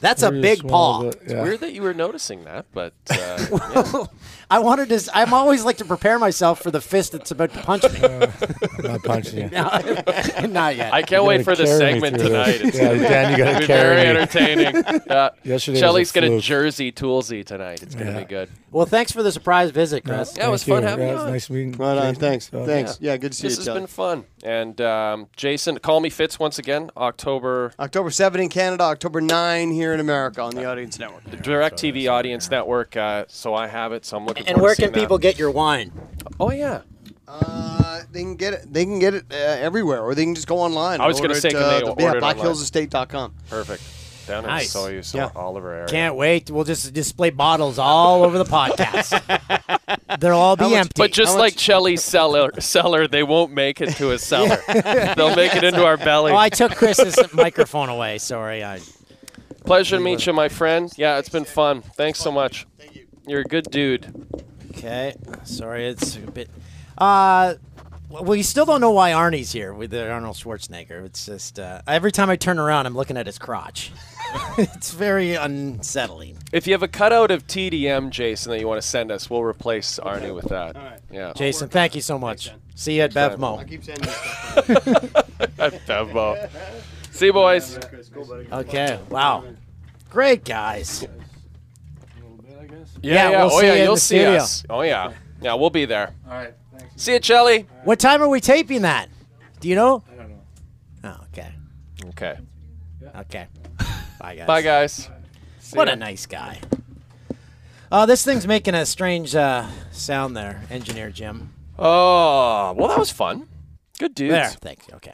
That's a Pretty big small, paw. but- It's yeah. weird that you were noticing that, but uh, I wanted to. s- I'm always like to prepare myself for the fist that's about to punch me. not punching you. No, not yet. I can't wait for this segment tonight. It's Yeah, gonna be- Dan, you gotta it'll be carry very me. entertaining. Yeah. Yesterday was a Shelly's gonna fluke. jersey toolsy tonight. It's gonna be good. Well, thanks for the surprise visit, Chris. Yeah, it was fun having you on. Nice meeting you. Right on. Jason. Thanks. So- Thanks. Yeah. good to see this you, has John. been fun. And um, Jason, call me Fitz once again. October October seven in Canada, October nine here in America on the Audience Network. Direct TV Audience Network. Uh, so I have it. So I'm looking. And forward where to seeing can people that. get your wine? Oh yeah. Uh, they can get it. They can get it uh, everywhere, or they can just go online. I was going gonna to say, can they uh, the, order it yeah, online? blackhillsestate.com. Perfect. Down Nice. in Soyuz, Yeah. Oliver area. Can't wait. We'll just display bottles all over the podcast. They'll all be empty. But just like Chelly's cellar, cellar, they won't make it to a cellar. They'll make it into our belly. Oh, I took Chris's microphone away. Sorry. I, Pleasure to meet you, my friend. Yeah, it's been fun. Thanks so much. Thank you. You're a good dude. okay. Sorry, it's a bit. Uh, well, you still don't know why Arnie's here with the Arnold Schwarzenegger. It's just uh, every time I turn around, I'm looking at his crotch. it's very unsettling. If you have a cutout of TDM, Jason, that you want to send us, we'll replace Arnie with that. Yeah. Jason, thank you so much. See you at Thanks, Bevmo. man. I keep saying Bevmo. See you, boys. Okay. Wow. Great guys. Yeah, yeah. we'll oh, yeah. see you in You'll the see studio. us. Oh, yeah. Yeah, we'll be there. All right. Thanks. See you, Chelly. What time are we taping that? Do you know? I don't know. Oh, okay. Okay. Okay. Bye, guys. Bye, guys. See What ya. a nice guy. Uh, this thing's making a strange uh, sound there, engineer Jim. Oh, well, that was fun. Good dudes. There. Thanks. Okay.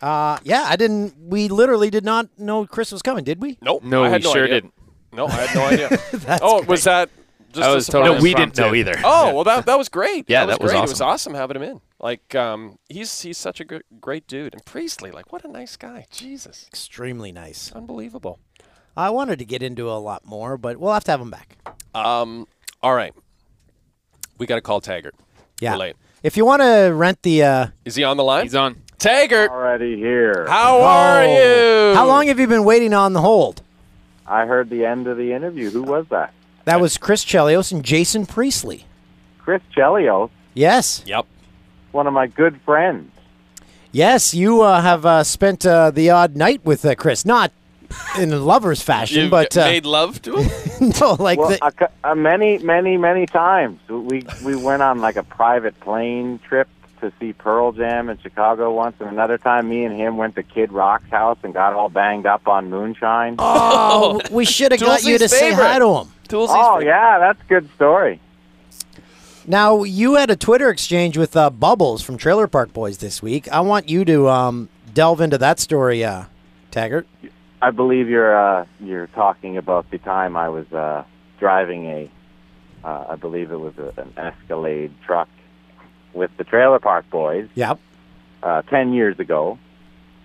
Uh, yeah, I didn't. We literally did not know Chris was coming, did we? Nope. No, I had we sure idea. didn't. No, I had no idea. oh, was that just That a was totally surprise? No, we didn't know impromptu. either. Oh, Yeah. well, that that was great. Yeah, that was great. It was awesome having him in. Like, um, he's he's such a good, great dude. And Priestley, like, what a nice guy. Jesus, Extremely nice. unbelievable. I wanted to get into a lot more, but we'll have to have him back. Um, all right, we got to call Taggart. Yeah. We're late. If you want to rent the. Uh, Is he on the line? He's on. Taggart. Already here. How are Oh. you? How long have you been waiting on the hold? I heard the end of the interview. Who was that? That was Chris Chelios and Jason Priestley. Chris Chelios, Yes. Yep. one of my good friends. Yes, you uh, have uh, spent uh, the odd night with uh, Chris, not in lover's fashion, You but uh, made love to him? no, like well, the, a cou- uh, many, many, many times. We we went on like a private plane trip to see Pearl Jam in Chicago once, and another time, me and him went to Kid Rock's house and got all banged up on moonshine. Oh, we should have got you to Toolsy's say hi favorite. to him. oh yeah, that's a good story. Now you had a Twitter exchange with uh, Bubbles from Trailer Park Boys this week. I want you to um, delve into that story, uh, Taggart. I believe you're uh, you're talking about the time I was uh, driving a, uh, I believe it was a, an Escalade truck with the Trailer Park Boys. Yep. Uh, Ten years ago,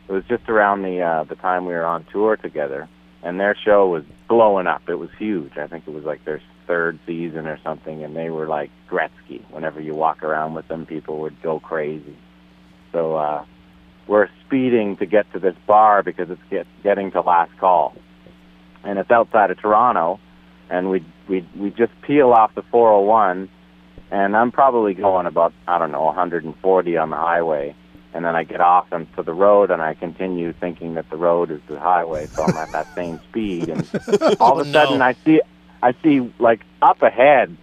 it was just around the uh, the time we were on tour together, and their show was blowing up. It was huge. I think it was like their third season or something, and they were like Gretzky. Whenever you walk around with them, people would go crazy. So uh, we're speeding to get to this bar because it's get, getting to last call, and it's outside of Toronto, and we we we just peel off the 401, and I'm probably going about I don't know 140 on the highway, and then I get off onto the road, and I continue thinking that the road is the highway, so I'm at that same speed, and all of a sudden I see I see like up ahead,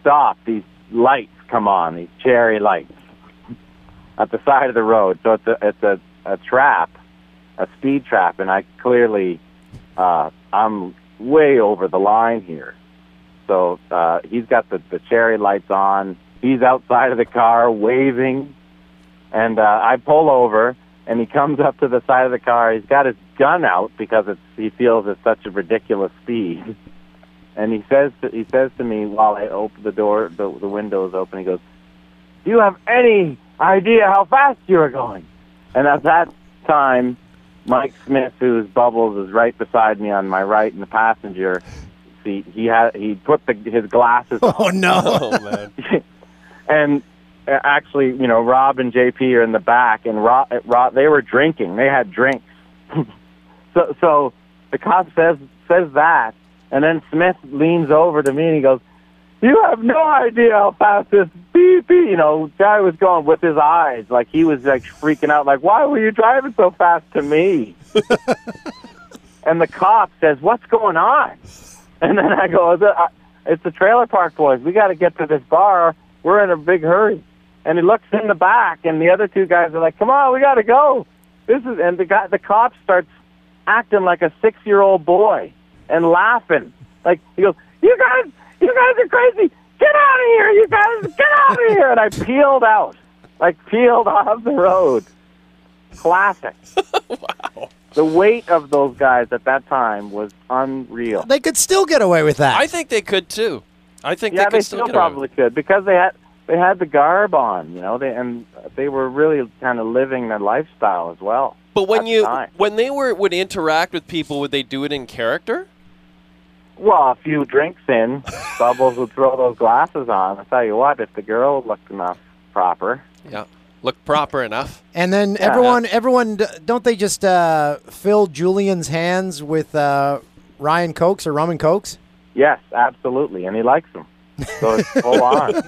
stop these lights come on these cherry lights at the side of the road. So it's a it's a, a trap, a speed trap, and I clearly uh, I'm way over the line here. So uh, he's got the, the cherry lights on. He's outside of the car waving, and uh, I pull over, and he comes up to the side of the car. He's got his gun out because it's he feels it's such a ridiculous speed. And he says to, he says to me while I open the door, the, the window is open. He goes, "Do you have any idea how fast you were going. And at that time, Mike Smith, whose bubbles is right beside me on my right in the passenger seat, he had he put the, his glasses. Oh no! and uh, actually, you know, Rob and JP are in the back, and Rob, Rob they were drinking. They had drinks. so, so the cop says says that, and then Smith leans over to me and he goes, "You have no idea how fast this beep beep." You know, guy was going with his eyes, like he was like freaking out, like, "Why were you driving so fast to me?" and the cop says, "What's going on?" And then I go, "It's the- "It's the trailer park boys. We got to get to this bar. We're in a big hurry." And he looks in the back, and the other two guys are like, "Come on, we got to go." This is and the guy, the cop starts acting like a six-year-old boy and laughing. Like he goes, "You guys, you guys are crazy. Get out of here, you guys. Get out of here!" And I peeled out, like peeled off the road. Classic. The weight of those guys at that time was unreal. They could still get away with that. I think they could too. I think they yeah, could they still, still get away with probably could because they had they had the garb on, you know, they and they were really kind of living their lifestyle as well. But when at you the time. when they were would interact with people, would they do it in character? Well, a few drinks in, Bubbles would throw those glasses on. I tell you what, if the girl looked enough proper. Yeah, looked proper enough. And then Yeah. everyone, everyone, d- don't they just uh, fill Julian's hands with uh, Ryan Cokes or rum and cokes? Yes, absolutely, and he likes them. So it's full on.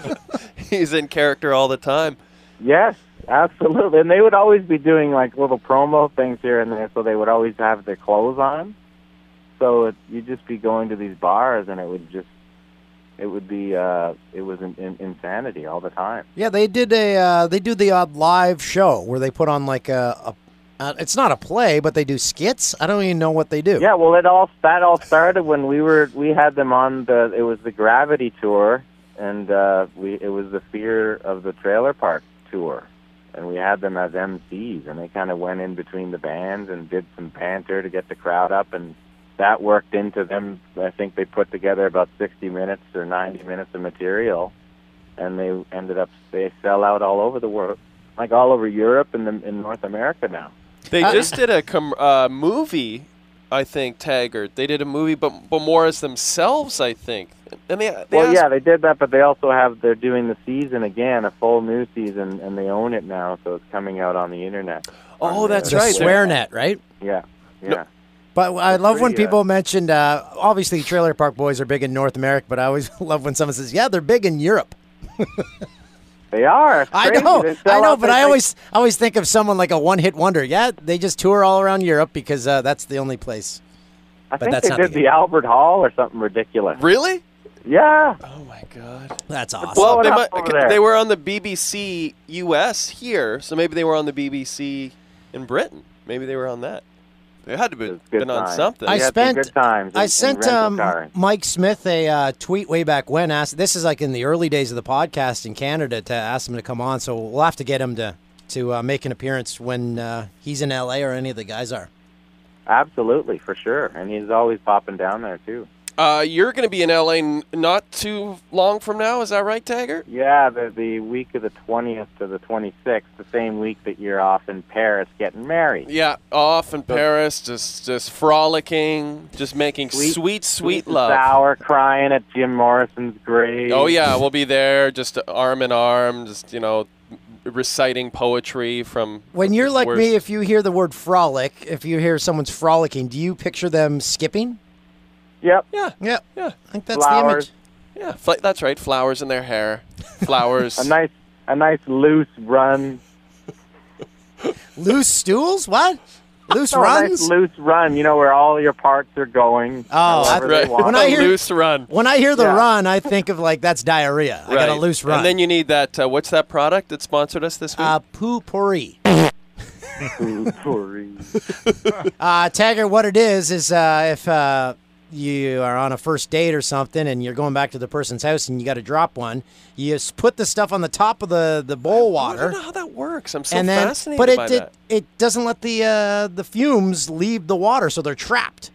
He's in character all the time. Yes, absolutely. And they would always be doing like little promo things here and there, so they would always have their clothes on. So it, you'd just be going to these bars, and it would just, it would be, uh, it was in, in, insanity all the time. Yeah, they did a uh, they do the odd live show where they put on like a, a uh, it's not a play, but they do skits. I don't even know what they do. Yeah, well, it all that all started when we were we had them on the it was the Gravity tour, and uh, we it was the Fear of the Trailer Park tour, and we had them as MCs, and they kind of went in between the bands and did some banter to get the crowd up, and that worked into them. I think they put together about sixty minutes or ninety minutes of material, and they ended up they sell out all over the world, like all over Europe and the, in North America now. They just did a com- uh, movie, I think. Taggart. They did a movie, but but more as themselves, I think. And they, they well, asked- yeah, they did that, but they also have they're doing the season again, a full new season, and they own it now, so it's coming out on the internet. Oh, On that's the- right. SwearNet, right? Yeah, yeah. But I love when pretty, uh, people mentioned uh, obviously Trailer Park Boys are big in North America, but I always love when someone says, "Yeah, they're big in Europe." They are. It's I crazy. know, They sell I know, out but their I thing. always, I always think of someone like a one-hit wonder. Yeah, they just tour all around Europe because uh, that's the only place. I but think that's they not did the- the Albert Hall or something ridiculous. Really? Yeah. That's awesome. Well, they, Blowing mu- up over there. they were on the BBC US here, so maybe they were on the BBC in Britain. Maybe they were on that. They had to be been on times. something. I spent. times I in- sent in rental um, cars. Mike Smith a uh, tweet way back when. Asked this is like in the early days of the podcast in Canada to ask him to come on. So we'll have to get him to to uh, make an appearance when uh, he's in LA or any of the guys are. Absolutely, for sure. And he's always popping down there too. Uh, you're going to be in LA n- not too long from now, is that right, Taggart? Yeah, the the week of the twentieth to the twenty sixth, the same week that you're off in Paris getting married. Yeah, off in Paris, just just frolicking, just making sweet, sweet, and love. Sour crying at Jim Morrison's grave. Oh yeah, we'll be there, just arm in arm, just you know, reciting poetry from. When you're like words. me, if you hear the word frolic, if you hear someone's frolicking, do you picture them skipping? Yep. Yeah. Yep. Yeah. I think that's Flowers. Yeah, fl- that's right. Flowers in their hair, flowers. a nice a nice loose run. the image. Loose stools? What? Loose No, a nice runs? loose run. You know where all your parts are going. Oh, however that's- they want. when I hear loose run, when I hear the Yeah. run, I think of like that's diarrhea. I got a loose run. And then you need that. Uh, what's that product that sponsored us this week? Uh, poo pourri. Potpourri. Uh, Tagger, what it is is uh, if uh, you are on a first date or something and you're going back to the person's house and you got to drop one, you just put the stuff on the top of the, the bowl I don't water. know how that works. I'm so and then, fascinated but it, by it that. it doesn't let the uh, the fumes leave the water, so they're trapped.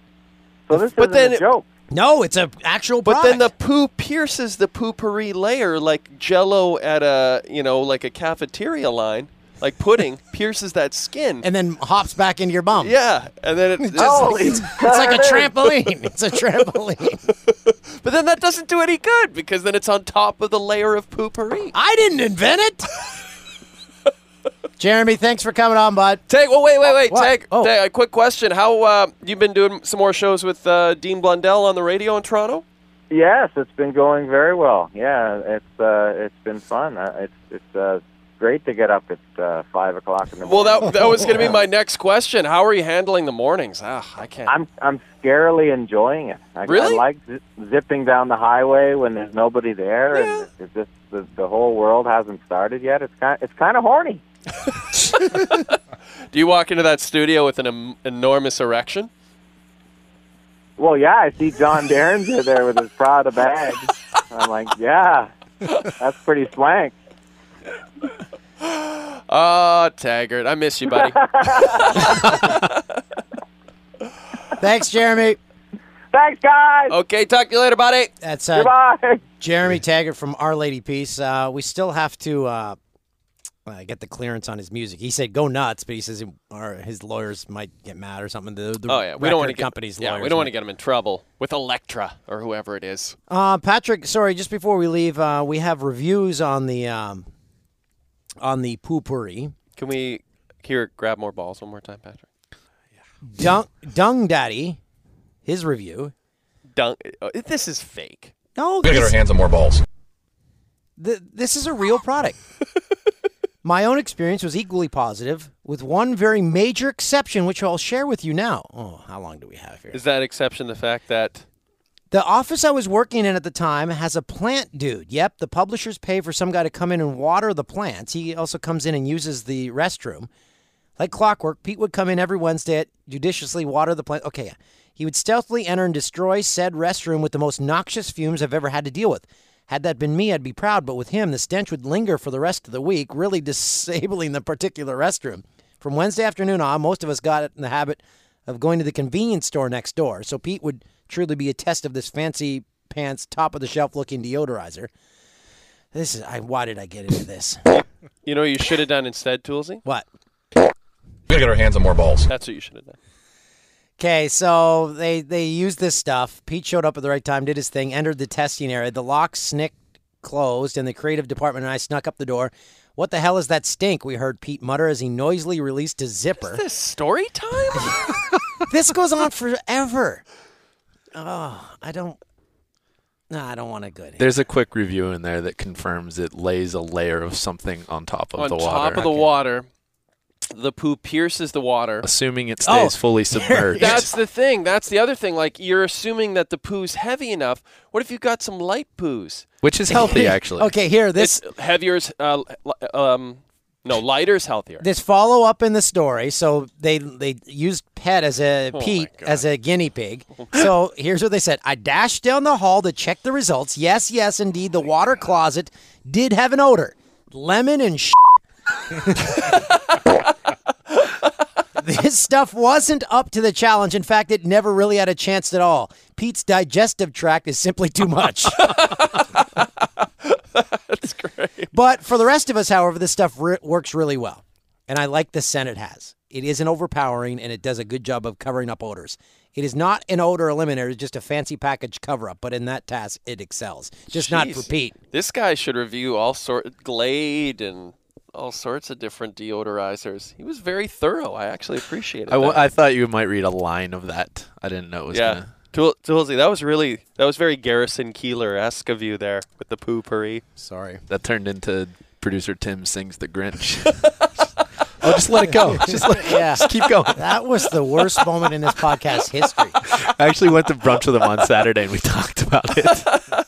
So this But isn't a then it- joke. No, it's a actual. But then product. the poo pierces the poopery layer like jello at a, you know, like a cafeteria line, like pudding pierces that skin. and then hops back into your bum. yeah, and then it, it's, it's, it's like a trampoline. It's a trampoline. But then that doesn't do any good because then it's on top of the layer of poopery. I didn't invent it. Jeremy, thanks for coming on, bud. Tag, well, wait, wait, wait. What? Oh. Tag, Tag, a quick question. How uh, you've been doing some more shows with uh, Dean Blundell on the radio in Toronto? Yes, it's been going very well. Yeah, it's uh, it's been fun. Uh, It's it's uh, great to get up at uh, five o'clock in the Well, morning. that, that was going to be my next question. How are you handling the mornings? Ah, I can't. I'm I'm scarily enjoying it. I, Really? I like zi- zipping down the highway when there's nobody there, and it's just the, the whole world hasn't started yet. It's kind it's kind of horny. Do you walk into that studio with an em- enormous erection? Well, yeah, I see John Derringer there with his Prada bag. I'm like, yeah, that's pretty swank. Ah, Taggart, I miss you, buddy. Thanks, Jeremy. Thanks, guys. Okay, talk to you later, buddy. That's uh, Jeremy Taggart from Our Lady Peace. Uh, we still have to uh, uh, get the clearance on his music. He said go nuts, but he says he- or his lawyers might get mad or something. The, the oh yeah, we don't want to record get company's yeah, lawyers. we don't want might- to get him in trouble with Electra or whoever it is. Uh, Patrick, sorry, just before we leave, uh, we have reviews on the um, on the poopery. Can we here grab more balls one more time, Patrick? Dung, Dung Daddy, his review. Dunk. uh, This is fake. No, We're gonna get our this- hands on more balls. th- this is a real product. My own experience was equally positive, with one very major exception, which I'll share with you now. Oh, how long do we have here? Is that exception the fact that The office I was working in at the time has a plant dude. Yep, the publishers pay for some guy to come in and water the plants. He also comes in and uses the restroom. Like clockwork, Pete would come in every Wednesday, at judiciously water the plant. Okay, yeah. He would stealthily enter and destroy said restroom with the most noxious fumes I've ever had to deal with. Had that been me, I'd be proud, but with him, the stench would linger for the rest of the week, really disabling the particular restroom. From Wednesday afternoon on, most of us got in the habit of going to the convenience store next door, so Pete would truly be a test of this fancy pants, top of the shelf looking deodorizer. This is, I, why did I get into this? you know you should have done instead, Toolsy? What? We gotta get our hands on more balls. That's what you should have done. Okay, so they they used this stuff. Pete showed up at the right time, did his thing, entered the testing area. The lock snicked closed, and the creative department and I snuck up the door. What the hell is that stink? We heard Pete mutter as he noisily released his zipper. This story time? this goes on forever. Oh, I don't. No, I don't want a good. There's a quick review in there that confirms it lays a layer of something on top of on the water. top of the water. The poo pierces the water. Assuming it stays Oh, fully submerged. That's the thing. That's the other thing. Like you're assuming that the poo's heavy enough. What if you got some light poos? Which is healthy, actually. Okay, here, this- It's heavier's uh, li- um no, lighter's healthier. This follow up in the story. So they they used Pet as a Oh my Pete as a guinea pig. So here's what they said: I dashed down the hall to check the results. Yes, yes, indeed, Oh the water closet did have an odor, lemon and. Shit. this stuff wasn't up to the challenge. In fact, it never really had a chance at all. Pete's digestive tract is simply too much. But for the rest of us, however, this stuff re- works really well. And I like the scent it has. It isn't overpowering and it does a good job of covering up odors. It is not an odor eliminator, it's just a fancy package cover up. But in that task, it excels. Just not for Jeez. Pete. This guy should review all sort Glade and all sorts of different deodorizers. He was very thorough. I actually appreciated I, w- that. I thought you might read a line of that. I didn't know it was yeah. gonna. Tool- Toolsy, that was really that was very Garrison Keeler esque of you there with the poopery. Sorry. That turned into producer Tim sings the Grinch. oh, just let it go. Just let it go. Just keep going. That was the worst moment in this podcast history. I actually went to brunch with him on Saturday and we talked about it.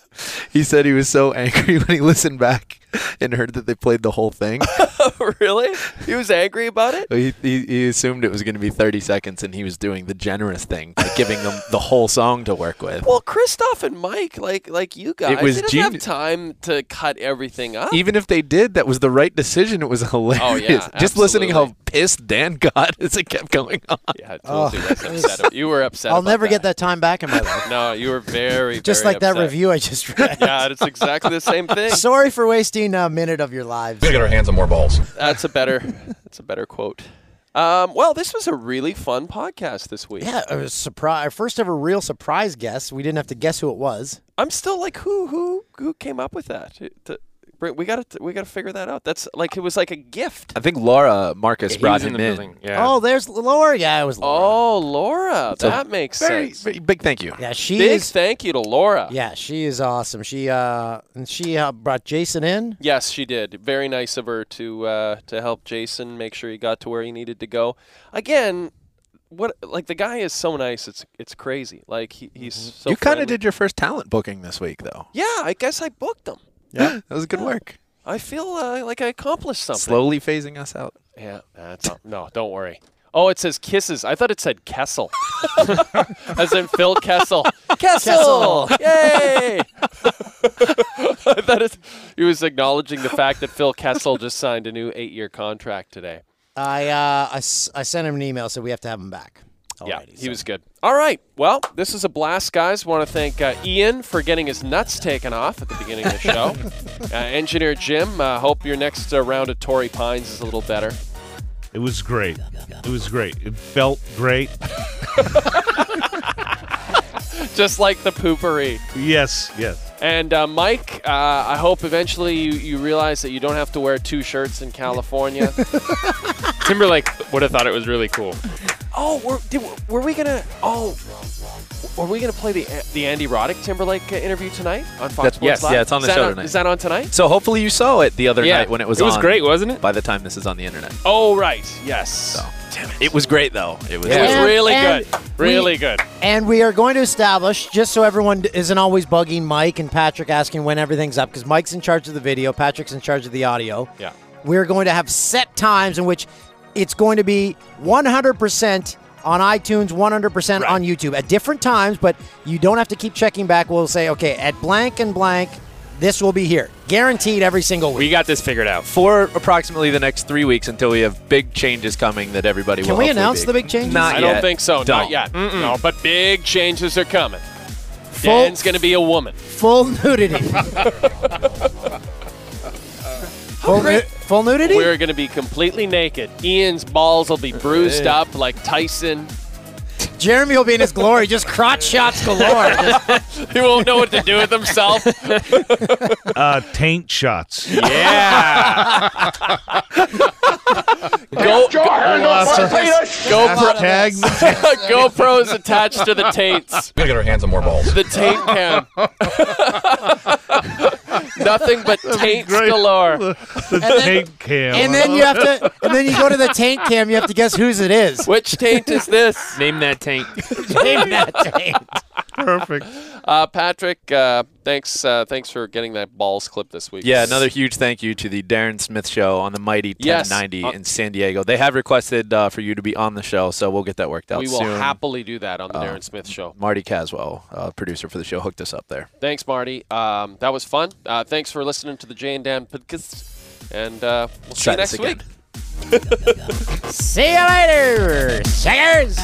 He said he was so angry when he listened back and heard that they played the whole thing. really? He was angry about it? He, he, he assumed it was going to be 30 seconds and he was doing the generous thing by giving them the whole song to work with. Well, Christoph and Mike, like like you guys, was they didn't geni- have time to cut everything up. Even if they did, that was the right decision. It was Oh, hilarious. Just listening how pissed Dan got as it kept going on. Yeah, Oh. Toolsy was upset. ab- You were upset. I'll about never that. get that time back in my life. No, you were very Just very like that upset. review I just read. Yeah, it's exactly the same thing. Sorry for wasting a minute of your lives. gotta get our hands on more balls. That's a better. That's a better quote. Um, well, this was a really fun podcast this week. Yeah, it was surprise. Our first ever real surprise guest. We didn't have to guess who it was. I'm still like, who who who came up with that? It- the- Brent, We got to we got to figure that out. That's like it was like a gift. I think Laura Marcus Yeah, he brought was in him the in. building, Oh, there's Laura. Yeah, it was Laura. Oh, Laura, So that makes very- sense. very Big thank you. Yeah, she Big is. thank you to Laura. Yeah, she is awesome. She uh, and she uh, brought Jason in. Yes, she did. Very nice of her to uh, to help Jason make sure he got to where he needed to go. Again, what like the guy is so nice. It's it's crazy. Like he, he's Mm-hmm. so. you kind friendly. of did your first talent booking this week, though. Yeah, I guess I booked him. Yeah, that was good work. I feel uh, like I accomplished something. Slowly phasing us out. Yeah. That's all- no, don't worry. Oh, it says kisses. I thought it said Kessel, as in Phil Kessel. Kessel! Kessel! Yay! I thought it, he was acknowledging the fact that Phil Kessel just signed a new eight-year contract today. I uh, I, s- I sent him an email, so we have to have him back. yeah, he was good. All right. Well, this is a blast, guys. Want to thank uh, Ian for getting his nuts taken off at the beginning of the show. uh, Engineer Jim, uh, hope your next uh, round of Tory Pines is a little better. It was great. It was great. It felt great. just like the poopery. Yes, yes. And uh, Mike, uh, I hope eventually you, you realize that you don't have to wear two shirts in California. Timberlake would have thought it was really cool. oh, were, did, were we gonna? Oh, were we gonna play the the Andy Roddick Timberlake uh, interview tonight on Fox That's- Sports yes, Live? yeah, it's on the Is that show tonight. Is that on tonight? So hopefully you saw it the other Yeah. night when it was It on. was great, wasn't it? By the time this is on the internet. Oh, right. Yes. Damn it. It was great, though. It was, It was And- really and good. Really we- good. And we are going to establish, just so everyone d- isn't always bugging Mike and Patrick asking when everything's up, because Mike's in charge of the video, Patrick's in charge of the audio. Yeah. We're going to have set times in which it's going to be 100% on iTunes, 100% on YouTube at different times, but you don't have to keep checking back. We'll say, okay, at blank and blank, this will be here. Guaranteed every single week. We got this figured out. For approximately the next three weeks until we have big changes coming that everybody Can will we hopefully announce be- the big changes? Not I yet. don't think so. Not Don't. yet. No, but big changes are coming. Full- Dan's gonna be a woman. Full nudity. full, nu- full nudity? We're going to be completely naked. Ian's balls will be bruised up like Tyson. Jeremy will be in his glory, just crotch shots galore. he won't know what to do with himself. Uh, taint shots. Yeah. go, Your hand on my penis. GoPro, Hashtag GoPro is attached to the taints. We gotta get our hands on more balls. The taint cam. Nothing but taints galore. The And then- taint cam. and then you have to, and then you go to the taint cam. You have to guess whose it is. Which taint is this? Name that taint. Name that taint. Perfect. Uh, Patrick, uh, thanks uh, thanks for getting that balls clip this week. Yeah, another huge thank you to the Darren Smith Show on the Mighty Yes. 1090 Uh, in San Diego. They have requested uh, for you to be on the show, so we'll get that worked out We will soon. happily do that on the Uh, Darren Smith Show. Marty Caswell, uh, producer for the show, hooked us up there. Thanks, Marty. Um, that was fun. Uh, thanks for listening to the J and Dan podcast, and uh, we'll see Try you this next again. week. See you later, suckers.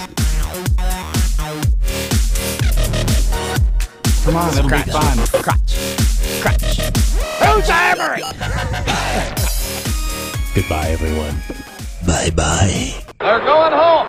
Come on, it'll Crotch. be fun. Crotch. Crotch. Who's hammering? Goodbye, everyone. Bye bye. They're going home.